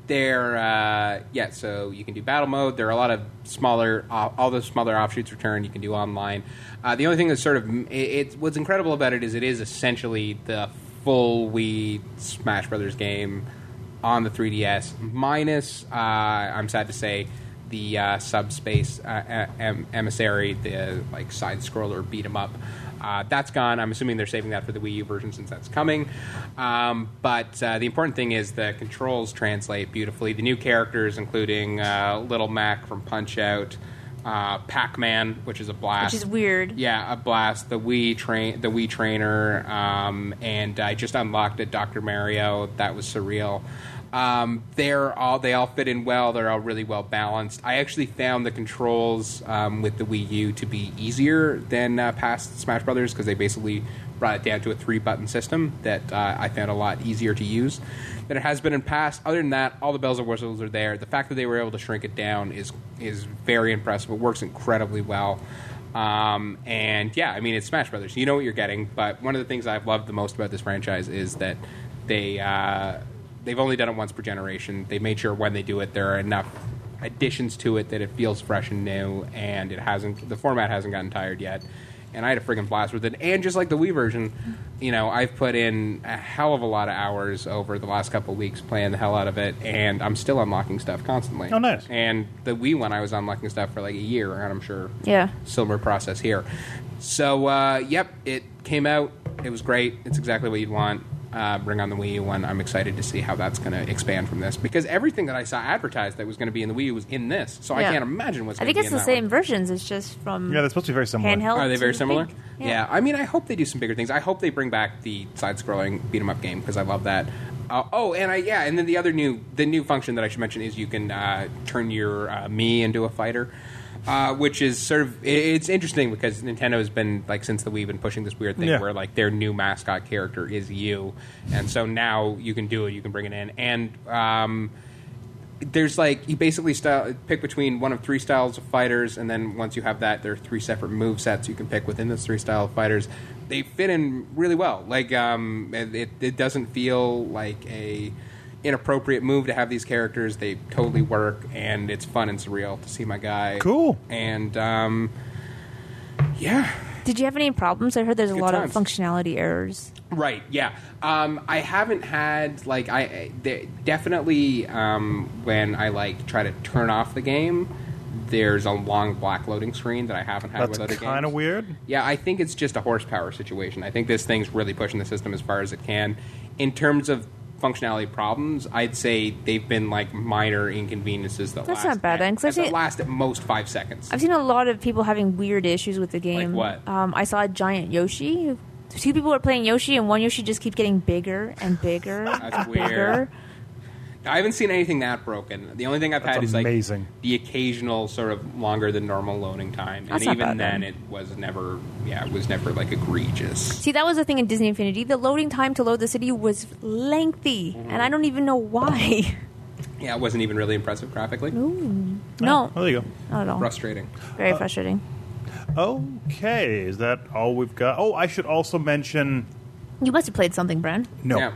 B: they're uh, yeah. So you can do battle mode. There are a lot of smaller, uh, all the smaller offshoots return. You can do online. Uh, the only thing that's sort of it, it, what's incredible about it is it is essentially the full Wii Smash Brothers game on the 3DS. Minus, uh, I'm sad to say, the uh, subspace uh, em- emissary, the like side scroller beat 'em up. Uh, that's gone. I'm assuming they're saving that for the Wii U version since that's coming. Um, but uh, the important thing is the controls translate beautifully. The new characters, including uh, Little Mac from Punch Out, uh, Pac Man, which is a blast,
A: Which is weird.
B: Ah, Yeah, a blast. The Wii train, the Wii trainer, um, and I just unlocked a Dr. Mario. That was surreal. Um, they're all they all fit in well. They're all really well balanced. I actually found the controls um, with the Wii U to be easier than uh, past Smash Brothers because they basically brought it down to a three button system that uh, I found a lot easier to use than it has been in past. Other than that, all the bells and whistles are there. The fact that they were able to shrink it down is is very impressive. It works incredibly well. Um, and yeah, I mean, it's Smash Brothers. You know what you're getting. But one of the things I've loved the most about this franchise is that they uh, they've only done it once per generation. They made sure when they do it, there are enough additions to it that it feels fresh and new, and it hasn't the format hasn't gotten tired yet. And I had a friggin' blast with it. And just like the Wii version, you know, I've put in a hell of a lot of hours over the last couple weeks playing the hell out of it, and I'm still unlocking stuff constantly.
C: Oh, nice.
B: And the Wii one, I was unlocking stuff for like a year, and I'm sure
A: Yeah.
B: similar process here. So, uh, yep, it came out. It was great. It's exactly what you'd want. Uh, bring on the Wii U one. I'm excited to see how that's going to expand from this because everything that I saw advertised that was going to be in the Wii U was in this. So I
A: Yeah.
B: can't imagine what's.
A: I
B: gonna
A: think
B: be
A: it's
B: in
A: the
B: that
A: same
B: one.
A: versions. It's just from
C: Yeah, they're supposed to be very similar.
A: handheld.
B: Are they
A: to
B: very
A: the
B: similar?
A: thing.
B: Yeah. I mean, I hope they do some bigger things. I hope they bring back the side-scrolling beat 'em up game because I love that. Uh, oh, and I yeah, and then the other new the new function that I should mention is you can uh, turn your uh, me into a fighter. Uh, which is sort of it- it's interesting because Nintendo has been like since the Wii been pushing this weird thing
C: Yeah.
B: where like their new mascot character is you, and so now you can do it, you can bring it in, and um, there's like you basically style, pick between one of three styles of fighters, and then once you have that, there are three separate move sets you can pick within those three style of fighters. They fit in really well. Like um, it, it- it doesn't feel like a inappropriate move to have these characters. They totally work, and it's fun and surreal to see my guy.
C: Cool.
B: And um, yeah,
A: Did you have any problems? I heard there's a
B: Good
A: lot
B: times.
A: of functionality errors.
B: Right. Yeah. Um, I haven't had like I- I de- definitely um, when I like try to turn off the game. There's a long black loading screen that I haven't had with other
C: That's kind of
B: games.
C: weird.
B: Yeah, I think it's just a horsepower situation. I think this thing's really pushing the system as far as it can. In terms of functionality problems, I'd say they've been like minor inconveniences that
A: That's
B: last
A: not bad,
B: at-
A: then, 'cause I've
B: that
A: seen-
B: last at most five seconds.
A: I've seen a lot of people having weird issues with the game.
B: what?
A: Um, I saw a giant Yoshi. Two people were playing Yoshi, and one Yoshi just keeps getting bigger and bigger and
B: weird.
A: bigger.
B: I haven't seen anything that broken. The only thing I've
C: That's
B: had is
C: amazing.
B: like the occasional sort of longer than normal loading time,
A: That's
B: and
A: not
B: even
A: bad,
B: then,
A: then.
B: it was never yeah, it was never like egregious.
A: See, that was the thing in Disney Infinity. The loading time to load the city was lengthy, and I don't even know why.
B: Yeah, it wasn't even really impressive graphically.
A: no,
C: Oh, there you go.
A: not at all.
B: Frustrating.
A: Very frustrating.
C: Okay, is that all we've got? Oh, I should also mention.
A: You must have played something, Bran.
C: No,
B: Yeah,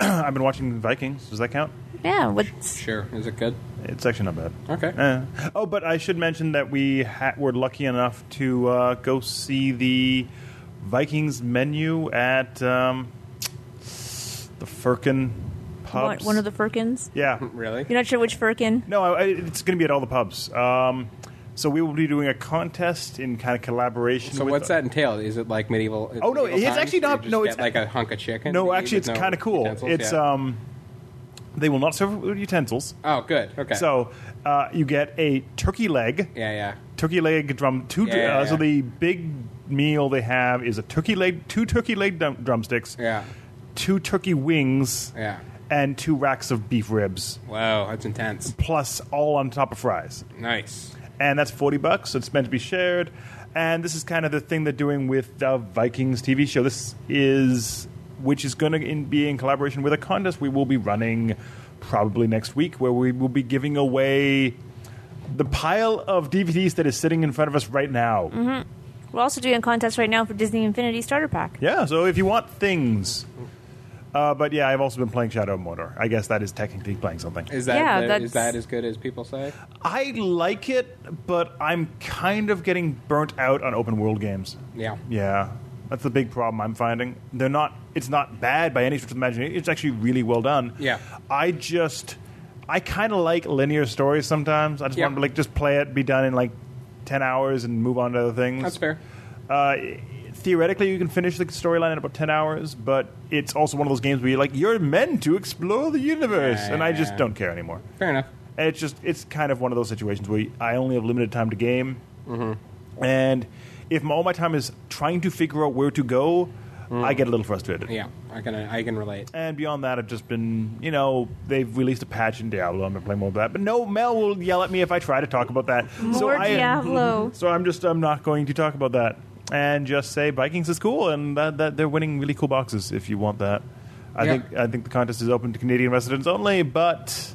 C: I've been watching Vikings. Does that count?
A: Yeah, what's
B: sure. Is it good?
C: It's actually not bad.
B: Okay.
C: Eh. oh, but I should mention that we ha- were lucky enough to uh, go see the Vikings menu at um, the Firkin
A: one,
C: pubs.
A: one of the Firkins?
C: yeah.
B: Really?
A: You're not sure which Firkin?
C: No, I, I- it's going to be at all the pubs. Um, so we will be doing a contest in kind of collaboration.
B: so
C: with
B: what's that entail? Is it like medieval? uh,
C: Oh, no,
B: medieval
C: it's
B: times,
C: actually
B: where you
C: not-
B: just
C: no,
B: get
C: it's-
B: like a hunk of chicken. and
C: No,
B: eat
C: actually,
B: with
C: it's
B: no
C: kind of cool.
B: utensils?
C: It's
B: Yeah.
C: um, they will not serve it with utensils.
B: oh, good. Okay.
C: So uh, you get a turkey leg,
B: yeah, yeah.
C: turkey leg drum. Two.
B: Yeah, yeah,
C: uh, So
B: yeah.
C: the big meal they have is a turkey leg, two turkey leg dum- drumsticks,
B: Yeah.
C: two turkey wings,
B: Yeah.
C: and two racks of beef ribs,
B: Wow, that's intense.
C: plus all on top of fries.
B: Nice.
C: and that's 40 bucks. So it's meant to be shared. And this is kind of the thing they're doing with the Vikings TV show. This is, which is going to in, be in collaboration with a contest we will be running probably next week, where we will be giving away the pile of DVDs that is sitting in front of us right now.
A: We're also doing a contest right now for Disney Infinity Starter Pack.
C: Yeah, so if you want things. Uh, but yeah, I've also been playing Shadow Motor. I guess that is technically playing something.
B: Is that
A: Yeah,
B: the- is
A: that's-
B: that as good as people say?
C: I like it, but I'm kind of getting burnt out on open world games.
B: Yeah.
C: Yeah, that's the big problem I'm finding. They're not. It's not bad by any stretch of the imagination. It's actually really well done.
B: Yeah.
C: I just, I kind of like linear stories sometimes. I just
B: Yeah.
C: want to like just play it, be done in like ten hours, and move on to other things.
B: That's fair.
C: Uh, theoretically, you can finish the storyline in about ten hours, but it's also one of those games where you're like, you're meant to explore the universe,
B: Yeah,
C: and I
B: yeah,
C: just
B: yeah.
C: don't care anymore.
B: Fair enough.
C: And it's just it's kind of one of those situations where I only have limited time to game, and if my, all my time is trying to figure out where to go, I get a little frustrated.
B: Yeah, I can I can relate.
C: And beyond that, I've just been, you know, they've released a patch in Diablo. I'm gonna play more of that, but no, Mel will yell at me if I try to talk about that. so
A: More
C: I,
A: Diablo.
C: So I'm just, I'm not going to talk about that, and just say Vikings is cool, and that, that they're winning really cool boxes. If you want that, I
B: Yeah.
C: think I think the contest is open to Canadian residents only, but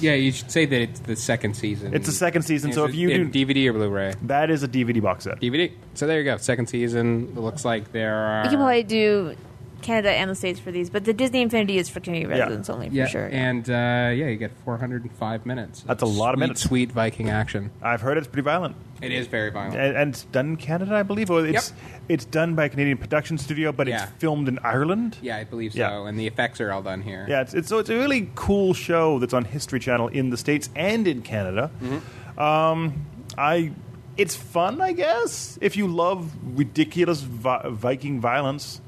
B: Yeah, you should say that it's the second season.
C: It's the second season, so
B: It's
C: if you
B: in
C: do-
B: DVD or Blu-ray,
C: that is a DVD box set.
B: DVD. So there you go. Second season. It looks like there are.
A: You
C: Uh,
A: can probably do Canada and the States for these, but the Disney Infinity is for Canadian
C: Yeah.
A: residents only for
B: yeah,
A: sure.
B: and uh, yeah, you get 405 minutes.
C: That's a lot of
B: Sweet,
C: minutes.
B: Sweet Viking action.
C: I've heard it's pretty violent,
B: It is very violent.
C: and, and it's done in Canada, I believe. Or it's it's done by a Canadian production studio, but
B: Yeah.
C: it's filmed in Ireland.
B: yeah, I believe so.
C: Yeah.
B: And the effects are all done here.
C: Yeah, it's, it's so it's a really cool show that's on History Channel in the states and in Canada.
B: Mm-hmm.
C: Um, I it's fun, I guess, if you love ridiculous vi- Viking violence.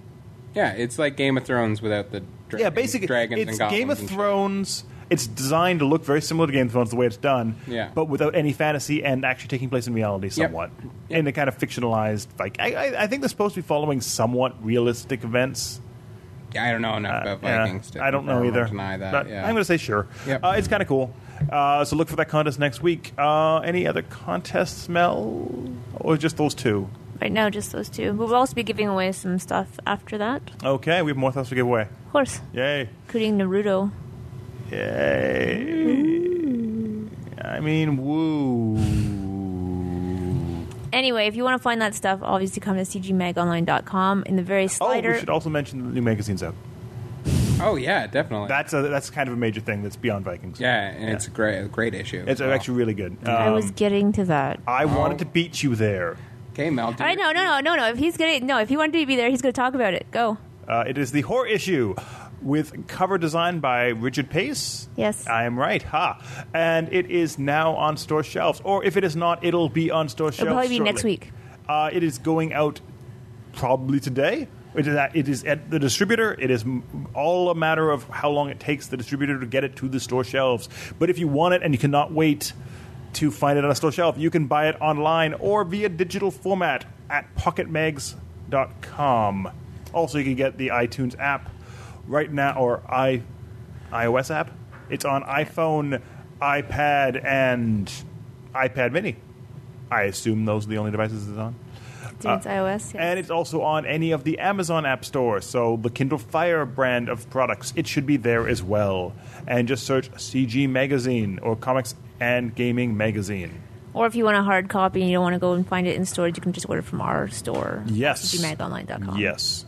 B: Yeah, it's like Game of Thrones without the dra-
C: yeah, basically,
B: dragons
C: it's
B: and goblins
C: Game of
B: and shit.
C: Thrones. It's designed to look very similar to Game of Thrones the way it's done,
B: Yeah.
C: but without any fantasy and actually taking place in reality somewhat,
B: Yep.
C: in a kind of fictionalized. Like I, I, I think they're supposed to be following somewhat realistic events.
B: Yeah, I don't know enough about
C: Uh, Yeah,
B: Vikings. to
C: I don't know
B: confirm or
C: either.
B: Deny that.
C: But
B: yeah.
C: I'm going to say sure.
B: Yep.
C: Uh, it's kind of cool. Uh, so look for that contest next week. Uh, any other contests, Mel, or just those two?
A: Right now, just those two. But we'll also be giving away some stuff after that,
C: Okay, we have more thoughts to give away.
A: of course,
C: Yay!
A: including Naruto.
C: Yay! I mean, woo.
A: Anyway, if you want to find that stuff, obviously come to cgmagonline.com in the very
C: Oh,
A: slider.
C: we should also mention the new magazine's out.
B: Oh yeah, definitely.
C: That's a, that's kind of a major thing that's beyond Vikings.
B: yeah, and it's a great, a great issue.
C: it's
B: Wow.
C: actually really good. Um,
A: I was getting to that.
C: I wanted to beat you there.
B: okay, Mel. do
A: All right,
B: your-
A: no, no, no, no, no. If he's gonna, no, if he wanted to be there, he's gonna talk about it. Go.
C: Uh, it is the horror issue with cover design by Richard Pace.
A: Yes.
C: I am right. Ha. And it is now on store shelves. Or if it is not, it'll be on store shelves.
A: probably be
C: shortly.
A: next week.
C: Uh, it is going out probably today. It is, at, it is at the distributor. It is m- all a matter of how long it takes the distributor to get it to the store shelves. But if you want it and you cannot wait to find it on a store shelf, you can buy it online or via digital format at pocketmegs.com. Also, you can get the iTunes app right now or i iOS app. It's on iPhone, iPad, and iPad Mini. I assume those are the only devices it's on.
A: It's iOS. Yes.
C: Uh, And it's also on any of the Amazon app stores. So the Kindle Fire brand of products, it should be there as well. And just search CG Magazine or Comics and Gaming Magazine.
A: Or if you want a hard copy and you don't want to go and find it in stores, you can just order from our store.
C: Yes.
A: CGMagOnline.com.
C: Yes.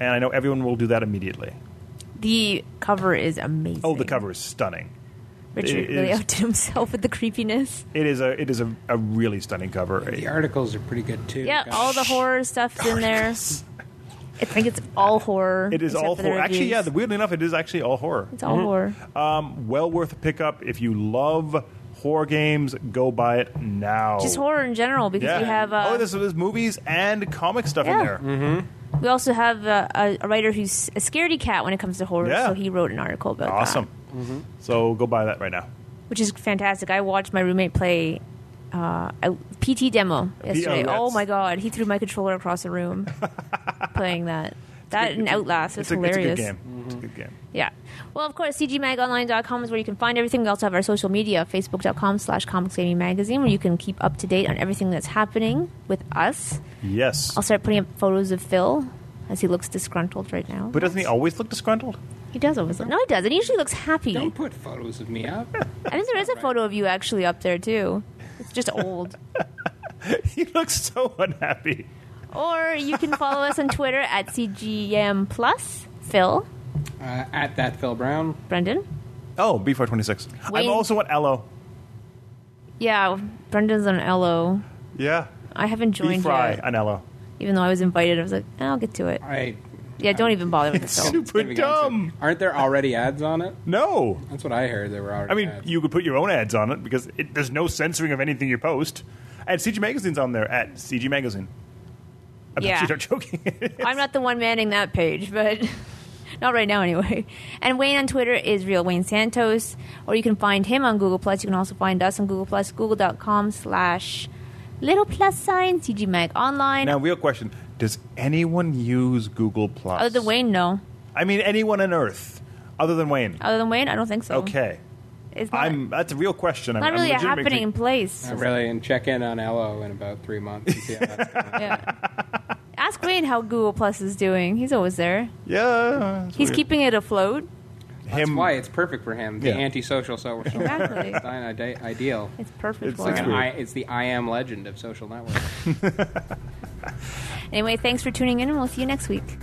C: And I know everyone will do that immediately.
A: The cover is amazing.
C: Oh, the cover is stunning.
A: Richard
C: it
A: really
C: is-
A: outdid himself with the creepiness.
C: It is a it is a, a really stunning cover.
E: The articles are pretty good too.
A: Yeah,
E: Gosh.
A: all the horror stuff's in there. I think it's all horror.
C: It is
A: except
C: all
A: for the
C: horror. Actually,
A: reviews.
C: yeah. the- Weirdly enough, it is actually all horror.
A: it's all horror.
C: Um, well worth a pickup if you love horror games. Go buy it now.
A: Just horror in general because
C: Oh. Yeah.
A: we have. Uh,
C: oh, there's, there's movies and comic stuff in
A: Yeah.
C: there.
A: We also have uh, a, a writer who's a scaredy cat when it comes to horror,
C: Yeah.
A: so he wrote an article about that.
C: Awesome. So go buy that right now.
A: which is fantastic. I watched my roommate play uh, a PT demo yesterday.
C: that's-
A: oh my god, he threw my controller across the room playing that. That and Outlast is
C: It's a, it's a
A: hilarious.
C: good game. It's a good game.
A: Yeah. Well, of course, cgmagonline.com is where you can find everything. We also have our social media, facebook.com slash comics gaming magazine, where you can keep up to date on everything that's happening with us.
C: Yes.
A: I'll start putting up photos of Phil as he looks disgruntled right now.
C: But doesn't he always look disgruntled?
A: he does always look. No, he doesn't. He usually looks happy.
E: Don't put photos of me up. uh,
A: I think there is a photo of you actually up there, too. It's just old.
C: he looks so unhappy.
A: Or you can follow us on Twitter at CGM Plus. Phil,
E: uh, at that Phil Brown.
A: Brendan.
C: Oh, B426.
A: Wayne-
C: I'm also at Elo.
A: Yeah, Brendan's on LO.
C: Yeah.
A: I haven't
C: B
A: joined uh,
C: Fry
A: yet.
C: on Elo.
A: Even though I was invited, I was like, "Eh, I'll get to it.
E: I
A: Yeah, don't even bother with the film.
C: Super
E: Moving on to-
C: dumb.
E: Aren't there already ads on it?
C: No.
E: That's what I heard. There were already.
C: I mean,
E: ads.
C: you could put your own ads on it because it, there's no censoring of anything you post. And CG Magazine's on there at CG Magazine. I'm
A: Yeah.
C: actually not joking.
A: I'm not the one manning that page, but not right now anyway. And Wayne on Twitter is real Wayne Santos, or you can find him on Google Plus. You can also find us on Google Plus, google.com slash little plus sign CG Mag Online.
C: now, real question: Does anyone use Google Plus?
A: Other than Wayne, no.
C: I mean, anyone on Earth other than Wayne?
A: Other than Wayne, I don't think so.
C: Okay,
A: It's not,
C: I'm. That's a real question. I'm-
A: not
C: I'm
A: really a
C: legitimately-
A: happening place.
E: Not Uh, really, and check in on Elo in about three months. And see how that's going.
A: Yeah. Ask Wayne how Google Plus is doing. He's always there.
C: Yeah, it's
A: He's
C: weird.
A: keeping it afloat.
E: That's
C: him.
E: why it's perfect for him. The
C: Yeah.
E: antisocial social
A: Exactly.
E: network. It's an ide- ideal.
A: It's perfect
C: It's
A: for
C: like
A: him.
E: An
C: weird.
E: I, it's the I am legend of social networks.
A: Anyway, thanks for tuning in, and we'll see you next week.